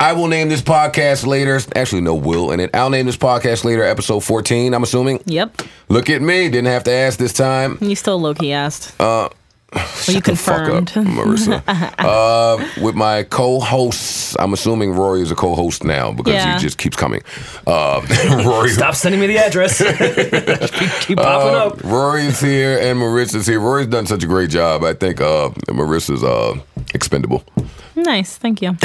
I will name this podcast later. Actually, no, will in it. I'll name this podcast later, episode 14, I'm assuming. Yep. Look at me. Didn't have to ask this time. You still low key asked. Uh, well, you Shut the fuck confirmed. up, Marissa. uh, with my co-hosts, I'm assuming Rory is a co-host now because Yeah. he just keeps coming. Uh, Rory, Stop sending me the address. Um, keep, keep popping Uh, up. Rory is here and Marissa's here. Rory's done such a great job. I think uh, Marissa's uh, expendable. nice. Thank you.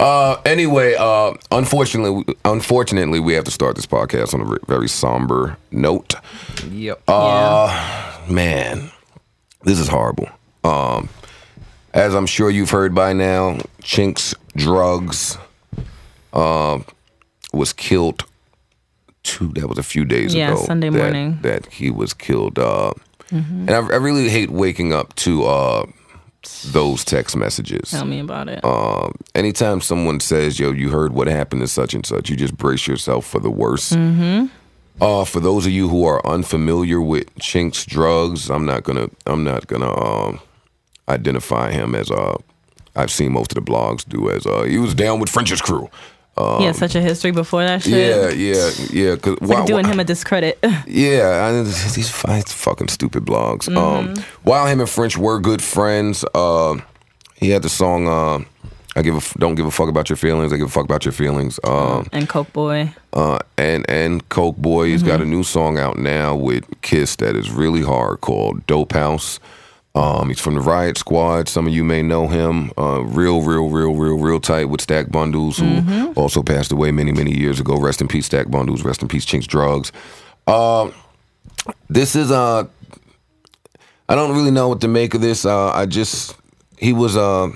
Uh, anyway, uh, unfortunately, unfortunately, we have to start this podcast on a re- very somber note. Yep. uh, Man, this is horrible. Um, as I'm sure you've heard by now, Chinks Drugs uh, was killed. Two that was a few days Yeah, ago. Sunday that- morning. Mm-hmm. that he was killed. Uh, And I, I really hate waking up to uh, those text messages. Tell me about it. Um, anytime someone says, "Yo, you heard what happened to such and such," you just brace yourself for the worst. Mm-hmm. Uh, for those of you who are unfamiliar with Chinks Drugs, I'm not gonna, I'm not gonna um, identify him as uh, I've seen most of the blogs do as uh, he was down with French's crew. yeah, such a history before that Yeah, shit. yeah, yeah. Cause Like why- doing why- him a discredit. yeah, I, these fi- fucking stupid blogs. Um, while him and French were good friends, uh, he had the song uh, "I give a f- don't give a fuck about your feelings, I give a fuck about your feelings." Um, and Coke Boy. uh, and and Coke Boy, he's got a new song out now with Kiss that is really hard called "Dope House." Um, he's from the Riot Squad. Some of you may know him. Uh, real, real, real, real, real tight with Stack Bundles, who also passed away many, many years ago. Rest in peace, Stack Bundles. Rest in peace, Chinks Drugs this is uh I don't really know what to make of this. Uh I just he was uh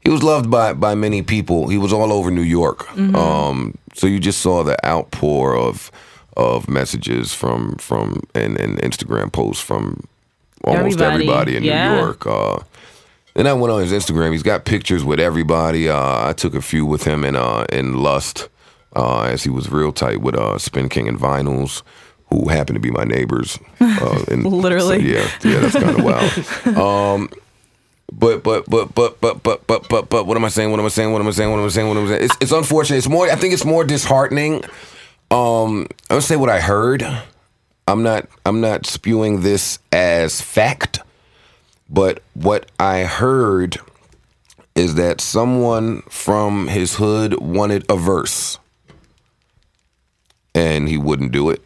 he was loved by by many people. He was all over New York. Mm-hmm. Um so you just saw the outpour of of messages from from and, and Instagram posts from almost Everybody, everybody, in yeah. New York. Uh and I went on his Instagram. He's got pictures with everybody. Uh, I took a few with him in uh, in Lust, uh, as he was real tight with uh, Spin King and Vinyls, who happened to be my neighbors. Uh, and Literally. so, yeah, yeah, that's kind of wild. Um, but but but but but but but but but what am I saying? What am I saying? What am I saying? What am I saying? What am I saying? It's, it's unfortunate. It's more. I think it's more disheartening. Um, I'm gonna say what I heard. I'm not. I'm not spewing this as fact. But what I heard is that someone from his hood wanted a verse and he wouldn't do it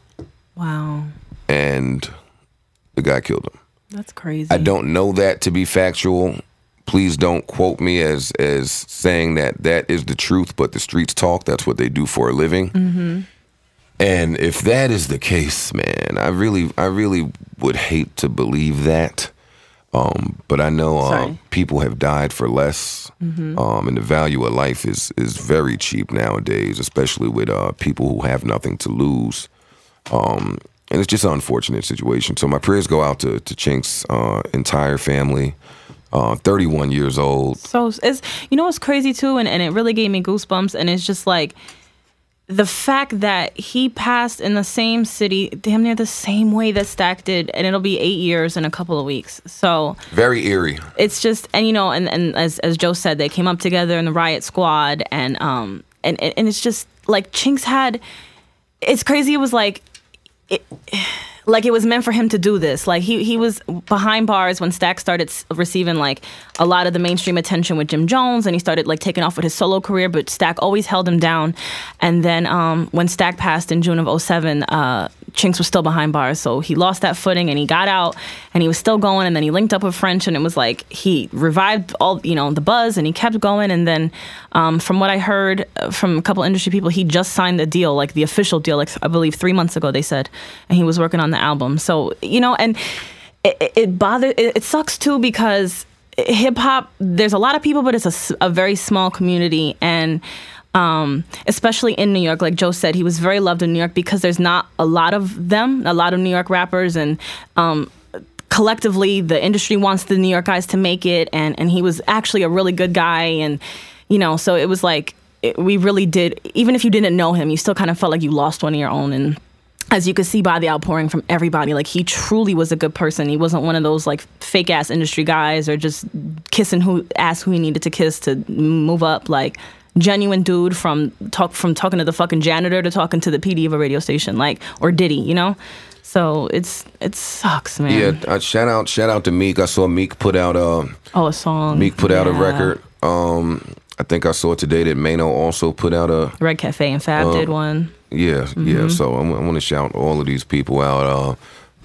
Wow. and the guy killed him. That's crazy. I don't know that to be factual. Please don't quote me as as saying that that is the truth, but the streets talk. That's what they do for a living. And if that is the case, man, I really I really would hate to believe that. Um, but I know uh, Sorry. Mm-hmm. people have died for less, um, and the value of life is is very cheap nowadays, especially with uh, people who have nothing to lose Um, and it's just an unfortunate situation. So my prayers go out to to Chink's uh, entire family. Uh, 31 years old. so it's you know what's crazy too and, and it really gave me goosebumps and it's just like the fact that he passed in the same city damn near the same way that stack did and it'll be eight years in a couple of weeks so Very eerie. it's just and you know and, and as, as joe said they came up together in the riot squad and um and and and it's just like chinks had it's crazy it was like it, like it was meant for him to do this like he he was behind bars when stack started s- receiving like a lot of the mainstream attention with jim jones and he started like taking off with his solo career but stack always held him down and then um when stack passed in june of 07 uh Chinks was still behind bars, so he lost that footing and he got out and he was still going. And then he linked up with French, and it was like he revived all you know the buzz and he kept going. And then, um, from what I heard uh, from a couple industry people, he just signed the deal, like the official deal, like I believe three months ago they said, and he was working on the album. So you know, and it, it- it bothers, it, it sucks too because hip hop. There's a lot of people, but it's a s a a very small community, and um, especially in New York. Like Joe said, he was very loved in New York because there's not a lot of them, a lot of New York rappers, and um, collectively the industry wants the New York guys to make it. And and he was actually a really good guy, and you know, so it was like it, we really did. Even if you didn't know him, you still kind of felt like you lost one of your own, and as you could see by the outpouring from everybody, like he truly was a good person. He wasn't one of those like fake ass industry guys or just kissing who ass who he needed to kiss to move up. Like genuine dude from talk from talking to the fucking janitor to talking to the PD of a radio station, like or Diddy, you know. So it's it sucks, Yeah, man. uh, shout out, shout out to Meek. I saw Meek put out uh, Oh, a song. Meek put out a Yeah. record. Um, I think I saw today that Mano also put out a Red Cafe and Fab did one. yeah, yeah. So I want to shout all of these people out.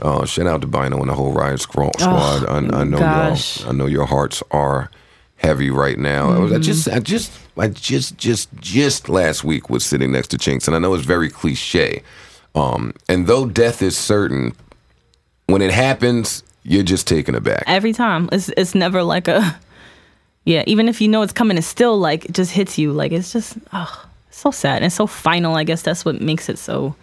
Uh, uh, shout out to Bino and the whole Riot Squad. squad. I, I know gosh. y'all. I know your hearts are heavy right now. I, was, I just, I just, I just, just, just last week was sitting next to Chinks, and I know it's very cliche. Um, and though death is certain, when it happens, you're just taken aback. Every time, it's it's never like a yeah. Even if you know it's coming, it still like it just hits you. Like it's just oh, so sad and so final. I guess that's what makes it so.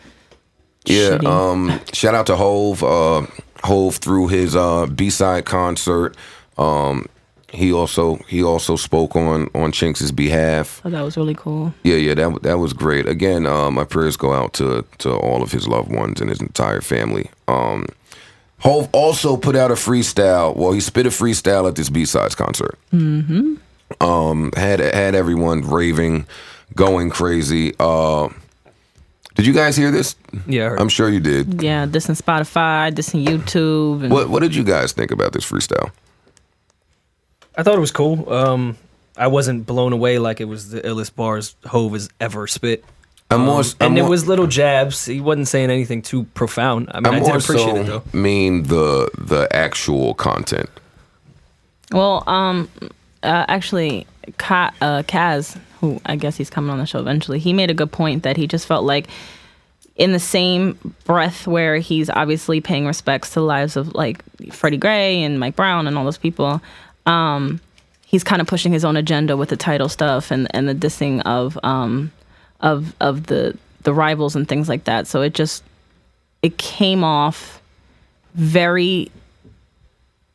Yeah. shitty. Um. Shout out to Hove. Uh, Hove through his uh B side concert. Um. He also he also spoke on on Chinks's behalf. Oh, that was really cool. Yeah, yeah, that that was great. Again, uh, my prayers go out to to all of his loved ones and his entire family. Um, Hove also put out a freestyle. Well, he spit a freestyle at this B sides concert. Mm-hmm. Um, had had everyone raving, going crazy. Uh, did you guys hear this? Yeah, I heard. I'm sure you did. Yeah, this in Spotify, this in YouTube. And What What did you guys think about this freestyle? I thought it was cool. Um, I wasn't blown away like it was the illest bars Hove has ever spit. Um, I'm more, And I'm it more- was little jabs. He wasn't saying anything too profound. I mean, I'm I did more appreciate it so though. mean the the actual content. Well, um, uh, actually, Ka- uh, Kaz, who I guess he's coming on the show eventually, he made a good point that he just felt like, in the same breath where he's obviously paying respects to the lives of like Freddie Gray and Mike Brown and all those people, um, he's kind of pushing his own agenda with the title stuff and and the dissing of um, of of the the rivals and things like that. So it just it came off very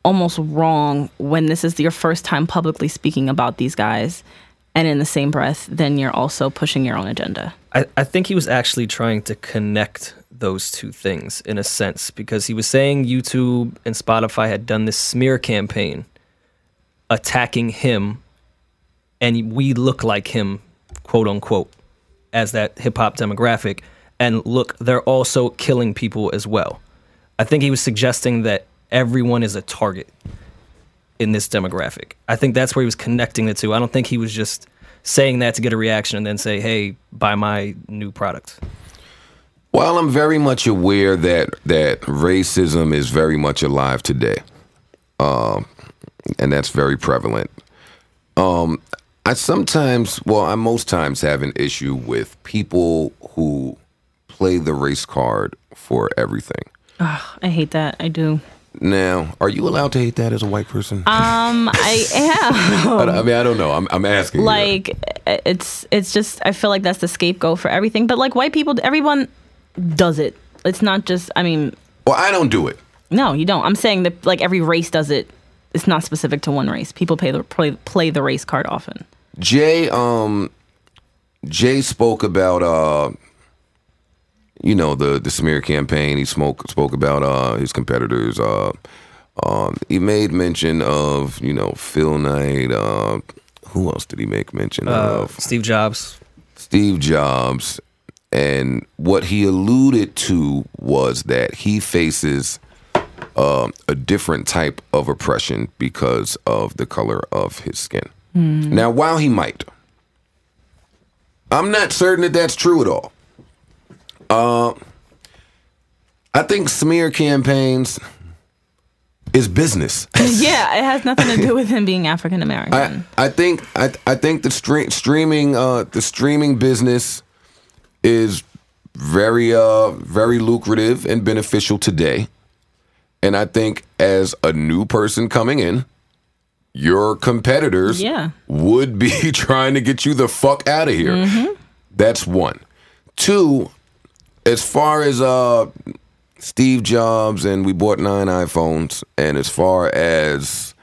almost wrong when this is your first time publicly speaking about these guys and in the same breath then you're also pushing your own agenda I, I think he was actually trying to connect those two things in a sense because he was saying YouTube and Spotify had done this smear campaign attacking him and we look like him, quote unquote, as that hip hop demographic. And look, they're also killing people as well. I think he was suggesting that everyone is a target in this demographic. I think that's where he was connecting the two. I don't think he was just saying that to get a reaction and then say, "Hey, buy my new product." While I'm very much aware that that racism is very much alive today, um, and that's very prevalent. Um, I sometimes, well, I most times have an issue with people who play the race card for everything. i hate that i do Now, are you allowed to hate that as a white person? um i am I, I mean, I don't know. I'm, I'm asking. you. like it's it's just i feel like that's the scapegoat for everything but like white people everyone does it it's not just i mean Well, I don't do it. no you don't i'm saying that like every race does it it's not specific to one race people play the play, play the race card often Jay, um, Jay spoke about, uh, you know, the the smear campaign. He spoke spoke about uh, his competitors. Uh, um, he made mention of, you know, Phil Knight. Uh, who else did he make mention Uh, of? Steve Jobs. Steve Jobs. And what he alluded to was that he faces um, a different type of oppression because of the color of his skin. Now, while he might, I'm not certain that that's true at all. Uh, I think smear campaigns is business. yeah it has nothing to do with him being african american I, I think I I think the stre- streaming uh the streaming business is very uh very lucrative and beneficial today. And I think as a new person coming in, your competitors Yeah. would be trying to get you the fuck out of here. That's one. Two, as far as uh Steve Jobs and we bought nine iPhones, and as far as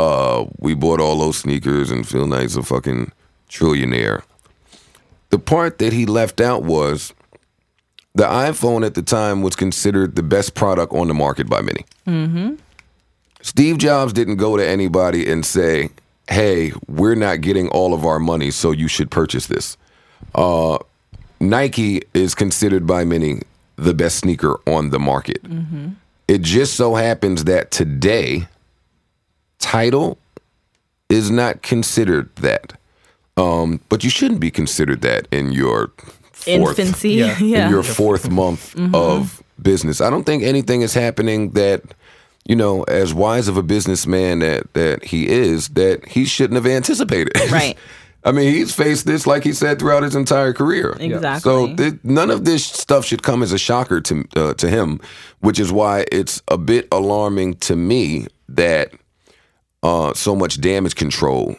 uh we bought all those sneakers and Phil Knight's a fucking trillionaire. The part that he left out was the iPhone at the time was considered the best product on the market by many. Mm-hmm. Steve Jobs didn't go to anybody and say, "Hey, we're not getting all of our money, so you should purchase this." Uh, Nike is considered by many the best sneaker on the market. It just so happens that today, title is not considered that. Um, but you shouldn't be considered that in your fourth Infancy. Yeah. Yeah. Mm-hmm. in your fourth month of business. I don't think anything is happening that, you know, as wise of a businessman that that he is, that he shouldn't have anticipated. Right. I mean, he's faced this, like he said, throughout his entire career. Exactly. So th- none of this stuff should come as a shocker to uh, to him, which is why it's a bit alarming to me that uh, so much damage control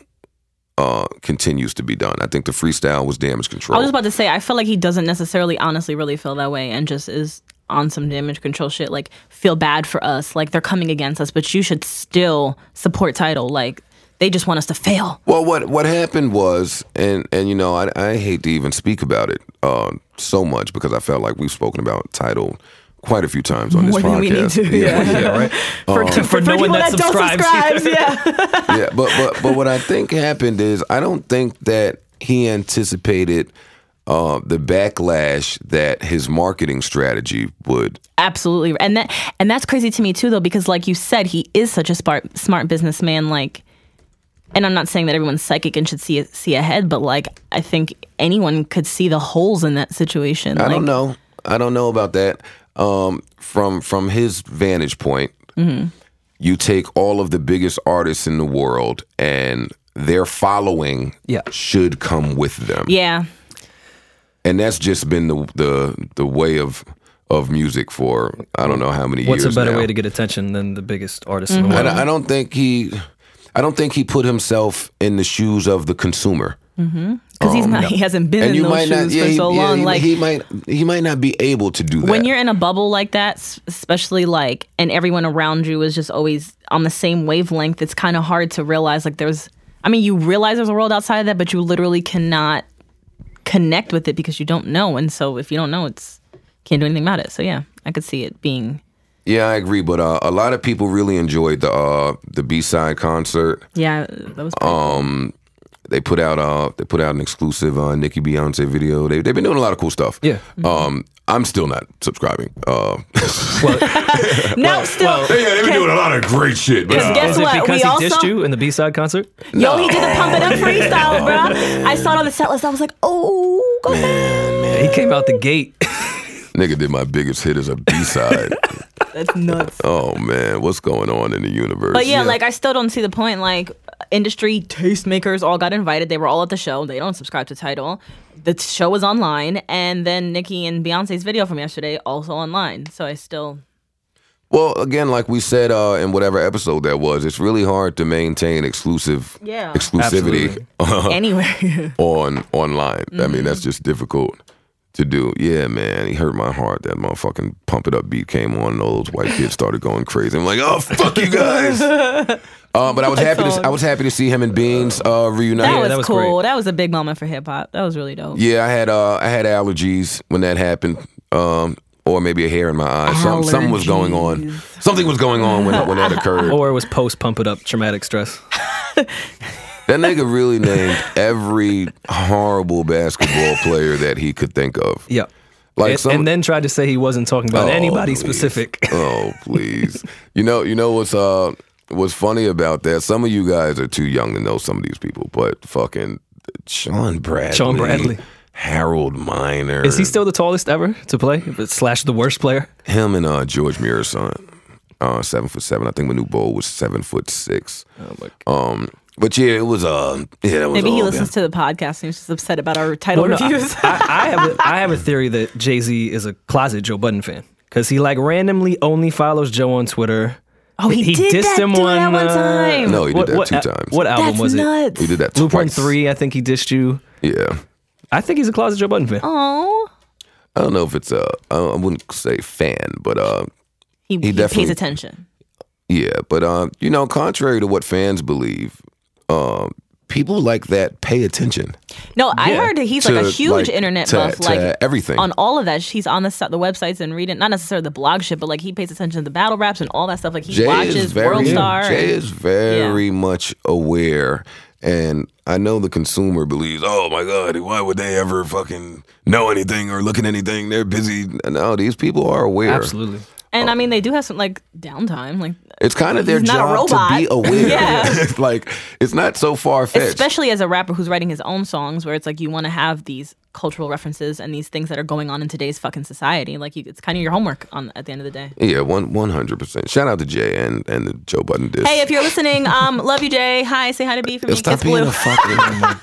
uh, continues to be done. I think the freestyle was damage I control. was just about to say, I feel like he doesn't necessarily honestly really feel that way and just is on some damage control shit. Like, feel bad for us. Like, they're coming against us, but you should still support title. Like, they just want us to fail. Well, what what happened was, and and you know, I, I hate to even speak about it uh, so much because I felt like we've spoken about title quite a few times on this More than podcast. we need to, yeah, yeah. yeah, right. for, for, for no people one that subscribes don't subscribe. yeah. yeah, but but but what I think happened is I don't think that he anticipated uh, the backlash that his marketing strategy would. Absolutely. And that and that's crazy to me too though because like you said he is such a smart smart businessman like and I'm not saying that everyone's psychic and should see see ahead but like I think anyone could see the holes in that situation. I like, don't know. I don't know about that. Um, from from his vantage point, Mm-hmm. you take all of the biggest artists in the world and their following Yeah. should come with them. Yeah. And that's just been the the the way of of music for I don't know how many years. What's a better now. way to get attention than the biggest artist Mm-hmm. in the I, world? don't- I don't think he I don't think he put himself in the shoes of the consumer. Cuz Oh, he's not he hasn't been in those shoes for he- so long he, like he might he might not be able to do that. when you're in a bubble like that, s- especially like, and everyone around you is just always on the same wavelength, it's kind of hard to realize like there's, I mean, you realize there's a world outside of that, but you literally cannot connect with it because you don't know. And so if you don't know, it's, can't do anything about it. So yeah, I could see it being, Yeah, I agree, but uh, a lot of people really enjoyed the uh, the B side concert. yeah, that was, Oh, pretty cool. They put out uh, they put out an exclusive uh, Nicki Beyonce video. They they've been doing a lot of cool stuff. Yeah. Um, I'm still not subscribing. Uh, no, still, well, yeah, they've been doing a lot of great shit. But Cause uh, guess Is it what? because We he also- dissed you in the B side concert? yo, he did the pump it up freestyle, bro. I saw it on the set list. I was like, oh, go ahead. He came out the gate. nigga did my biggest hit as a B side. That's nuts. oh man, what's going on in the universe? But yeah, like I still don't see the point. Like industry tastemakers all got invited. They were all at the show. They don't subscribe to title. The show was online, and then Nicki and Beyonce's video from yesterday also online. So I still Well, again, like we said uh, in whatever episode that was, it's really hard to maintain exclusive Yeah. exclusivity anyway. on online. I mean, Mm-hmm. that's just difficult to do. Yeah, man, he hurt my heart. That motherfucking pump it up beat came on, and all those white kids started going crazy. I'm like, oh fuck you guys. uh, but I was happy. To, I was happy to see him and Beans uh, reunite. that was that was cool. great. That was a big moment for hip hop. That was really dope. Yeah, I had uh, I had allergies when that happened, um, or maybe a hair in my eye. Some, something was going on. Something was going on when when that occurred. Or it was post pump it up traumatic stress. That nigga really named every horrible basketball player that he could think of. Yeah. Like and, some- and then tried to say he wasn't talking about Oh, anybody please. specific. Oh, please. you know, you know what's uh what's funny about that? Some of you guys are too young to know some of these people, but fucking Sean Bradley. Sean Bradley. Harold Miner. Is he still the tallest ever to play? But slash the worst player? him and uh George Mirror's son? Uh seven foot seven. I think Manu Bowl was seven foot six. Oh my God. Um but yeah, it was uh yeah, that was Maybe all, he man. listens to the podcast and he's just upset about our title Well, no, reviews. I, I, have a, I have a theory that Jay Z is a closet Joe Budden fan because he like randomly only follows Joe on Twitter. oh, he, did dissed that him dude, that one uh, time. No, he did what- that what two a- times. What album That's was it? nuts. he did that Loop One twice. Three. I think he dissed you. Yeah. I think he's a closet Joe Budden fan. Oh, I don't know if it's a I I wouldn't say fan, but uh he, he, pays definitely- attention. yeah, but uh you know, contrary to what fans believe, um people like that pay attention. No, I Yeah. heard that he's like To, a huge like, internet to- buff, to like everything. on all of that. He's on the se- the websites and reading, not necessarily the blog shit, but like he pays attention to the battle raps and all that stuff. Like he watches World Star. Jay and- is very much aware, and I know the consumer believes, "Oh my God, why would they ever fucking know anything or look at anything? They're busy." No, these people are aware. Absolutely. and I mean, they do have some like downtime, like It's kind of their He's not a job to robot. be aware. Yeah. It's like it's not so far fetched. especially as a rapper who's writing his own songs, where it's like you want to have these cultural references and these things that are going on in today's fucking society. Like you, it's kind of your homework on at the end of the day. Yeah, one one hundred percent. Shout out to Jay and and the Joe Button disc. Hey, if you're listening, um, love you, Jay. Hi, say hi to B for me. Stop Kiss being blue. a fucking.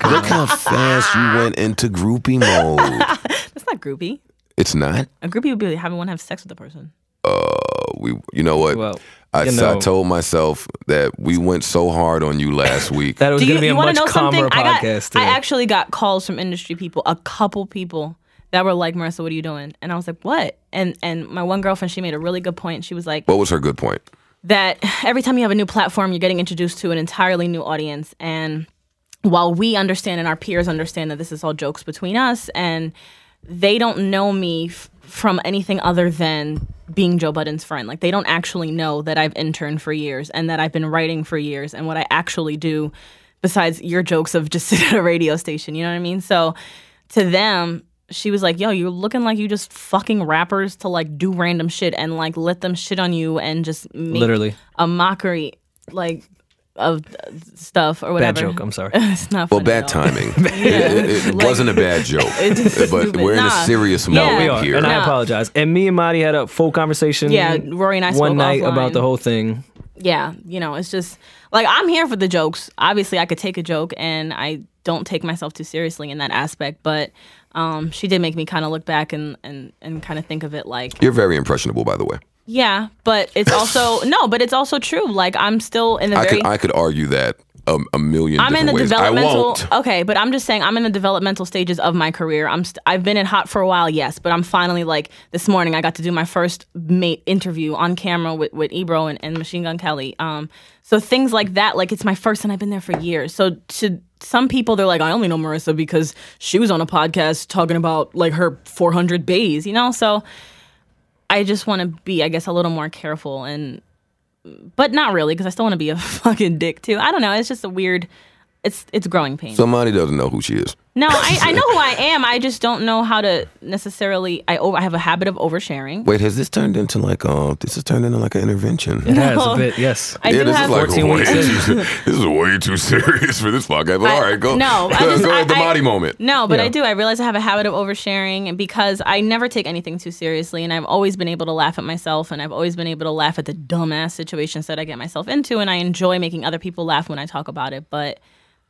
Look how fast you went into groupie mode. That's not groupie. It's not. A groupie would be having one have sex with a person. We, you know what? Well, I, you s- I know. told myself that we went so hard on you last week. That was Do you, going to be you a want much to know something? calmer I got. podcast. uh, I yeah. actually got calls from industry people, a couple people that were like, "Marissa, what are you doing?" And I was like, "What?" And and my one girlfriend, she made a really good point. She was like, what was her good point? that every time you have a new platform, you're getting introduced to an entirely new audience. And while we understand and our peers understand that this is all jokes between us, and they don't know me f- from anything other than being Joe Budden's friend. Like, they don't actually know that I've interned for years and that I've been writing for years and what I actually do besides your jokes of just sit at a radio station. You know what I mean? So to them, she was like, "Yo, you're looking like you just fucking rappers to like do random shit and like let them shit on you and just make Literally. a mockery like of uh, stuff or Bad whatever." joke. I'm sorry. it's not Well, funny bad at all. timing. It, it- it Like- wasn't a bad joke, It's just but stupid. we're in Nah. a serious mode No, we Yeah. are, here. and I No. apologize. And me and Marty had a full conversation. Yeah, Rory and I one spoke night offline. about the whole thing. Yeah, you know, it's just like I'm here for the jokes. Obviously, I could take a joke, and I don't take myself too seriously in that aspect. But um, she did make me kind of look back and and and kind of think of it like You're very impressionable, by the way. Yeah, but it's also no, but it's also true. Like I'm still in the I very. could I could argue that a, a million. I'm in different the ways. I developmental. won't. Okay, but I'm just saying I'm in the developmental stages of my career. I'm st- I've been in hot for a while, yes, but I'm finally like this morning I got to do my first mate interview on camera with with Ebro and, and Machine Gun Kelly. Um, so things like that, like it's my first and I've been there for years. So to some people, they're like, I only know Marissa because she was on a podcast talking about like her 400 bays, you know. So I just want to be, I guess, a little more careful and but not really because I still want to be a fucking dick too. I don't know. It's just a weird. It's it's growing pain. Somebody doesn't know who she is. no, I, I know who I am. I just don't know how to necessarily. I over, I have a habit of oversharing. Wait, has this turned into like uh this has turned into like an intervention? It has a bit. Yes. I yeah, do this have. is like 14 way weeks too, in. this is way too serious for this podcast. But I- all right, go. No, I go, just- go I- with the I- body moment. No, but I Yeah. do. I realize I have a habit of oversharing and because I never take anything too seriously, and I've always been able to laugh at myself, and I've always been able to laugh at the dumbass situations that I get myself into, and I enjoy making other people laugh when I talk about it. But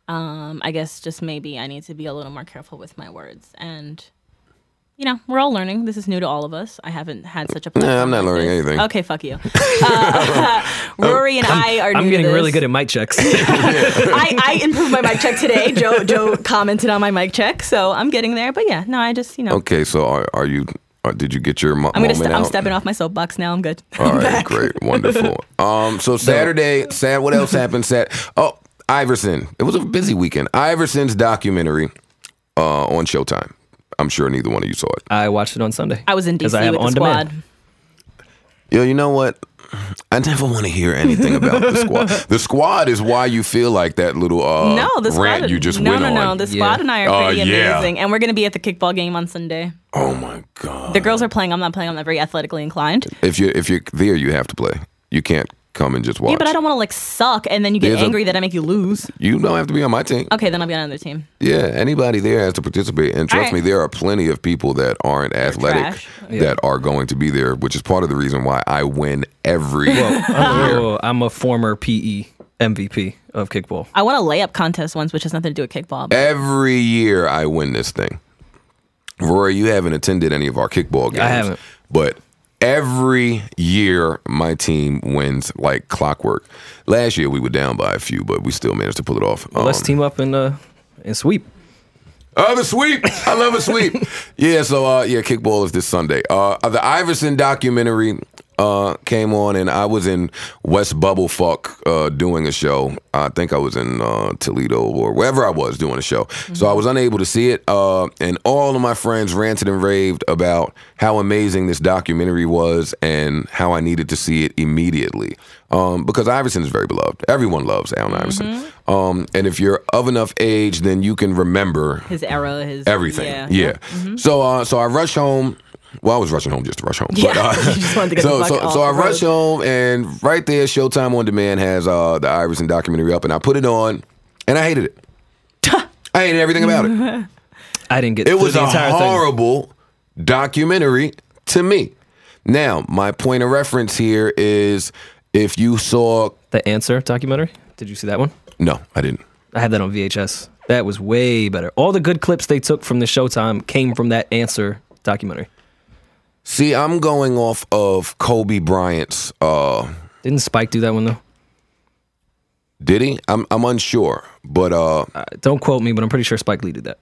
um, I guess just maybe I need to be a little more careful with my words, and you know, we're all learning. This is new to all of us. I haven't had such a. platform I'm not like learning this. anything. Okay, fuck you. Uh, Rory and i are. Oh, I'm new getting to really this. good at mic checks. I, I improved my mic check today. Joe Joe commented on my mic check, so I'm getting there. But yeah, no, I just you know Okay, so are, are you? Are, did you get your mo- I'm gonna Oh, moment st- out? I'm stepping off my soapbox now. I'm good. All right, great, wonderful. Um, so Saturday, sad. What else happened? Sad. Oh, Iverson. It was a busy weekend. Iverson's documentary uh, on Showtime. I'm sure neither one of you saw it. I watched it on Sunday. I was in 'Cause DC I have with the on squad. demand. Yo, you know what? I never want to hear anything about the squad. The squad is why you feel like that little uh, no, the squad. rant you just no, went no, no. on. The squad Yeah. and I Oh, are pretty yeah. amazing, and we're gonna be at the kickball game on Sunday. oh my god! The girls are playing. I'm not playing. I'm not very athletically inclined. If you if you're there, you have to play. You can't come and just watch. Yeah, but I don't want to like suck, and then you get There's a- angry that I make you lose. You don't have to be on my team. Okay, then I'll be on another team. Yeah, anybody there has to participate. And trust right. me, there are plenty of people that aren't athletic trash. that are going to be there, which is part of the reason why I win every I'm, year. oh, I'm a former E PE MVP of kickball. I won a layup contest once, which has nothing to do with kickball. Eh. But Every year I win this thing. Rory, you haven't attended any of our kickball games. I haven't. But every year my team wins like clockwork. Last year we were down by a few, but we still managed to pull it off. Let's Um, team up and uh and sweep. I love a sweep. I love a sweep. yeah, so uh, yeah, kickball is this Sunday. Uh, the Iverson documentary uh, came on, and I was in West Bubblefuck uh, doing a show. I think I was in uh, Toledo or wherever I was doing a show. So I was unable to see it, uh, and all of my friends ranted and raved about how amazing this documentary was and how I needed to see it immediately. Um, because Iverson is very beloved. Everyone loves Allen Iverson. Um, and if you're of enough age, then you can remember his era, his everything. Yeah. Mm-hmm. So uh, so I rush home. Well, I was rushing home just to rush home. Yeah, uh, you just wanted to get the so fuck so, off so I the rush home, and right there, Showtime on Demand has uh, the Iverson documentary up, and I put it on, and I hated it. I hated everything about it. I didn't get It through was the a entire thing. horrible documentary to me. Now, my point of reference here is if you saw, The answer documentary. Did you see that one? no, I didn't. I had that on VHS. That was way better. All the good clips they took from the Showtime came from that answer documentary. See, I'm going off of Kobe Bryant's uh, Didn't Spike do that one though? Did he? I'm I'm unsure, but uh, Uh, don't quote me, but I'm pretty sure Spike Lee did that.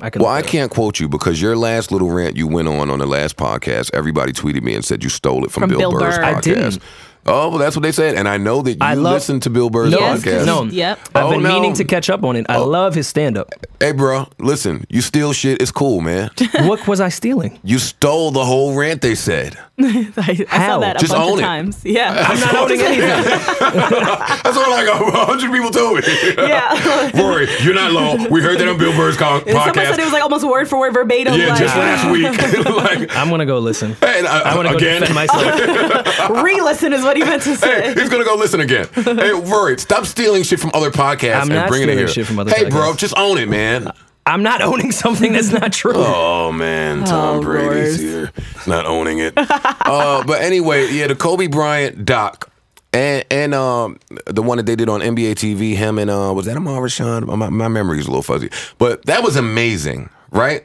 I can. well, look I that up. can't quote you because your last little rant you went on on the last podcast. Everybody tweeted me and said you stole it from, From Bill Burr's Burr. podcast. I didn't. Oh, well, that's what they said, and I know that you I love- listened to Bill Burr's No, Yes, podcast. no. Yep. I've Oh, been no. Oh. meaning to catch up on it. I love his stand up. Hey, bro, listen, you steal shit. It's cool, man. what was I stealing? You stole the whole rant. They said I, I How? saw that a Just bunch own of it. times. Yeah. I'm not owning anything. that's all like a hundred people told me. yeah. Rory, you're not low. We heard that on Bill Burr's co- And Someone said it was like almost word for word verbatim. like, week. like, I'm gonna go listen. and I- I want to go defend myself. re-listen is what he meant to Hey, say. he's gonna go listen again. Hey, worried. Stop stealing shit from other podcasts I'm and not bringing it stealing here. shit from other hey, bro, podcasts. just own it, man. I'm not owning something that's not true. Oh man, Tom Oh, Brady's Roars. here, not owning it. uh, but anyway, yeah, the Kobe Bryant doc. And, and um, the one that they did on NBA TV, him and uh, was that Amar Rashan? My, my memory's a little fuzzy, but that was amazing, right?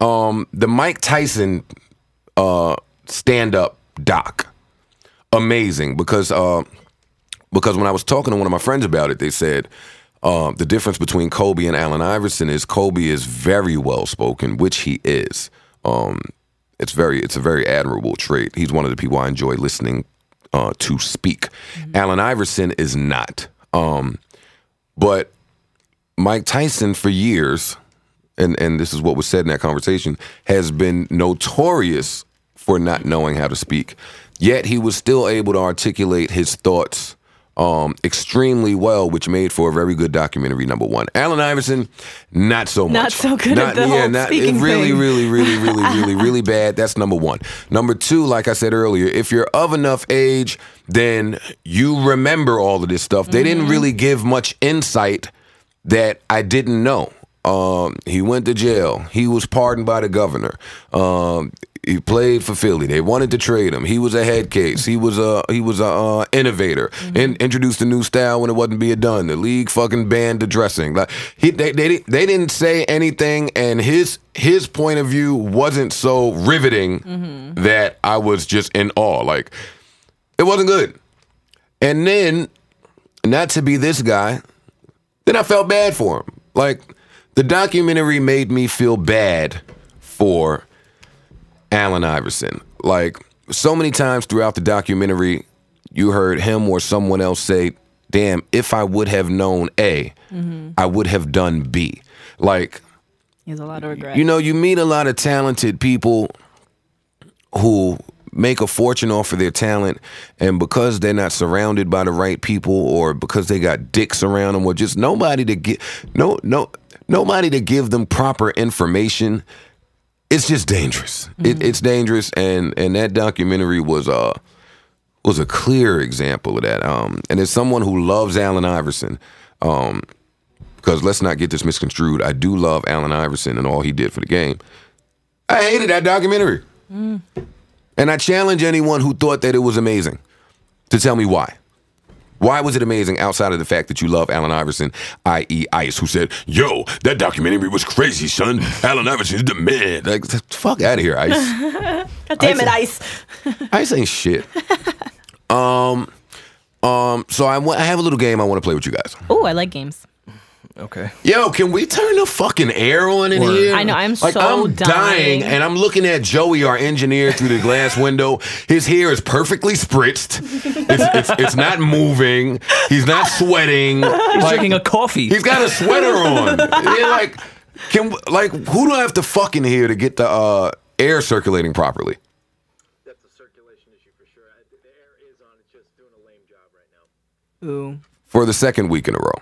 Um, the Mike Tyson uh, stand-up doc, amazing because uh, because when I was talking to one of my friends about it, they said uh, the difference between Kobe and Allen Iverson is Kobe is very well spoken, which he is. Um, it's very it's a very admirable trait. He's one of the people I enjoy listening uh, to speak. Mm-hmm. Allen Iverson is not, um, but Mike Tyson for years, and and this is what was said in that conversation, has been notorious for not knowing how to speak. Yet he was still able to articulate his thoughts um, extremely well, which made for a very good documentary. Number one, Allen Iverson, not so much. Not so good at the whole speaking it really, thing. really, really, really, really, really bad. That's number one. Number two, like I said earlier, if you're of enough age, then you remember all of this stuff. They didn't really give much insight that I didn't know. Um, he went to jail. He was pardoned by the governor. Um, he played for Philly. They wanted to trade him. He was a head case. He was a he was a uh, innovator and introduced a new style when it wasn't being done. The league fucking banned the dressing. Like he they they, di- they didn't say anything, and his his point of view wasn't so riveting that I was just in awe. Like it wasn't good. And then, not to be this guy, then I felt bad for him. Like the documentary made me feel bad for Allen Iverson. Like so many times throughout the documentary, you heard him or someone else say, "Damn, if I would have known A, I would have done B." Like He has a lot of regret. you know, you meet a lot of talented people who make a fortune off of their talent, and because they're not surrounded by the right people, or because they got dicks around them, or just nobody to get no no nobody to give them proper information. It's just dangerous. It, it's dangerous, and and that documentary was uh was a clear example of that. Um, and as someone who loves Allen Iverson, um, because let's not get this misconstrued. I do love Allen Iverson and all he did for the game. I hated that documentary. And I challenge anyone who thought that it was amazing to tell me why. Why was it amazing outside of the fact that you love Allen Iverson, i.e., Ice, who said, Yo, that documentary was crazy, son. Allen Iverson's the man. Like, fuck out of here, Ice. God damn it, I Ice. I ain't saying shit. um, um. So I wa- I have a little game I want to play with you guys. Oh, I like games. Okay. Yo, can we turn the fucking air on in Word. here? I know, I'm like, so I'm dying. and I'm looking at Joey, our engineer, through the glass window. His hair is perfectly spritzed. It's, it's, it's not moving. He's not sweating. He's Like, drinking a coffee. He's got a sweater on. Yeah, like, can like who do I have to fucking hear to get the uh, air circulating properly? That's a circulation issue for sure. I, the air is on. It's just doing a lame job right now. Ooh. for the second week in a row.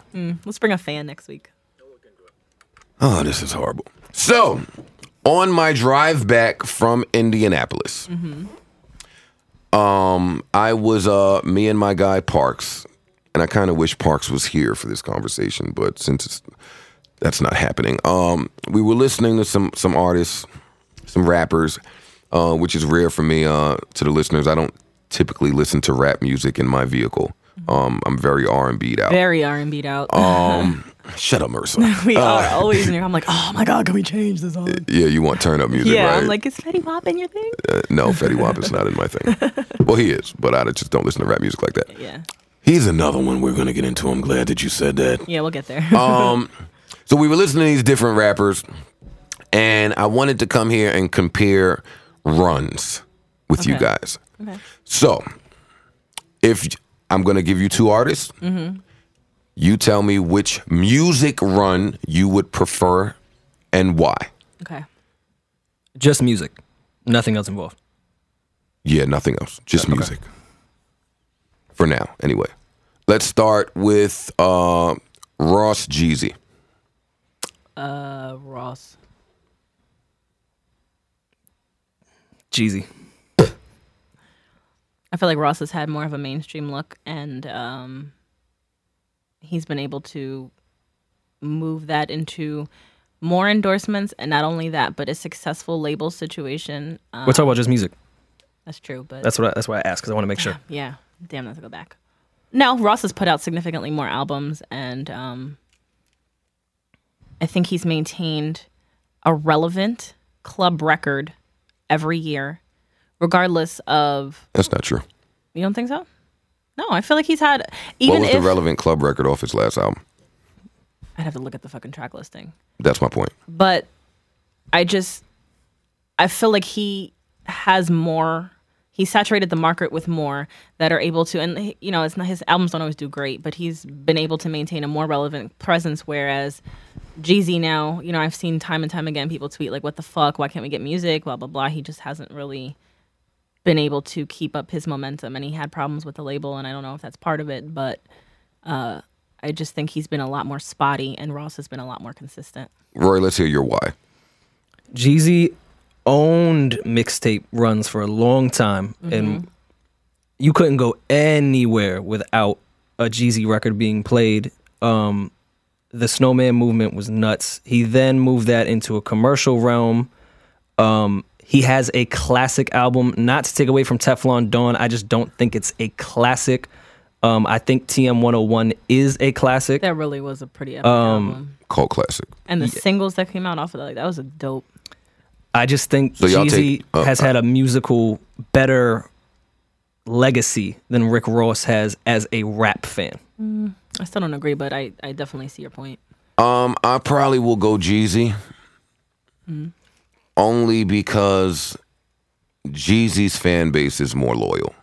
Let's bring a fan next week. Oh, this is horrible. So, on my drive back from Indianapolis, um, I was uh, me and my guy Parks, and I kind of wish Parks was here for this conversation, but since it's, that's not happening, um, we were listening to some some artists, some rappers, uh, which is rare for me. Uh, to the listeners, I don't typically listen to rap music in my vehicle. Um, I'm very R and B'd out. Very R and beat out. Um, shut up, Marissa. we are always near. I'm like, oh my god, can we change this song? Yeah, you want turn up music, yeah, right? I'm like, is Fetty Wap in your thing? Uh, no, Fetty Wap is not in my thing. Well, he is, but I just don't listen to rap music like that. Yeah, He's another one we're gonna get into. I'm glad that you said that. yeah, we'll get there. Um, so we were listening to these different rappers, and I wanted to come here and compare runs with you Okay. guys. okay. So, if I'm going to give you two artists, Mm-hmm. you tell me which music run you would prefer and why. Okay. Just music. Nothing else involved. Yeah, nothing else. Just music. For now, anyway. Let's start with uh, Ross Jeezy. Uh, Ross. Jeezy. I feel like Ross has had more of a mainstream look, and um, he's been able to move that into more endorsements, and not only that, but a successful label situation. Um, We're talking about just music. that's true, but That's what. I, that's why I asked because I want to make sure. yeah, damn, that's a go back. No, Ross has put out significantly more albums, and um, I think he's maintained a relevant club record every year, regardless of. That's not true. You don't think so? No, I feel like he's had What even was if the relevant club record off his last album? I'd have to look at the fucking track listing. That's my point. But I just I feel like he has more he saturated the market with more that are able to and he- you know it's not his albums don't always do great but he's been able to maintain a more relevant presence whereas Jeezy now you know I've seen time and time again people tweet like what the fuck why can't we get music blah blah blah he just hasn't really been able to keep up his momentum and he had problems with the label and I don't know if that's part of it but uh I just think he's been a lot more spotty and Ross has been a lot more consistent Roy, let's hear your why. Jeezy owned mixtape runs for a long time, and you couldn't go anywhere without a Jeezy record being played. Um, the Snowman movement was nuts. He then moved that into a commercial realm. Um, he has a classic album, not to take away from Teflon Dawn. I just don't think it's a classic. Um, I think TM 101 is a classic. That really was a pretty epic Um, album. Cult classic. And the singles that came out off of that, like that was a dope. I just think So y'all Jeezy take- oh, has had a musical better legacy than Rick Ross has as a rap fan. I still don't agree, but I, I definitely see your point. Um, I probably will go Jeezy. Mm-hmm. Only because Jeezy's fan base is more loyal.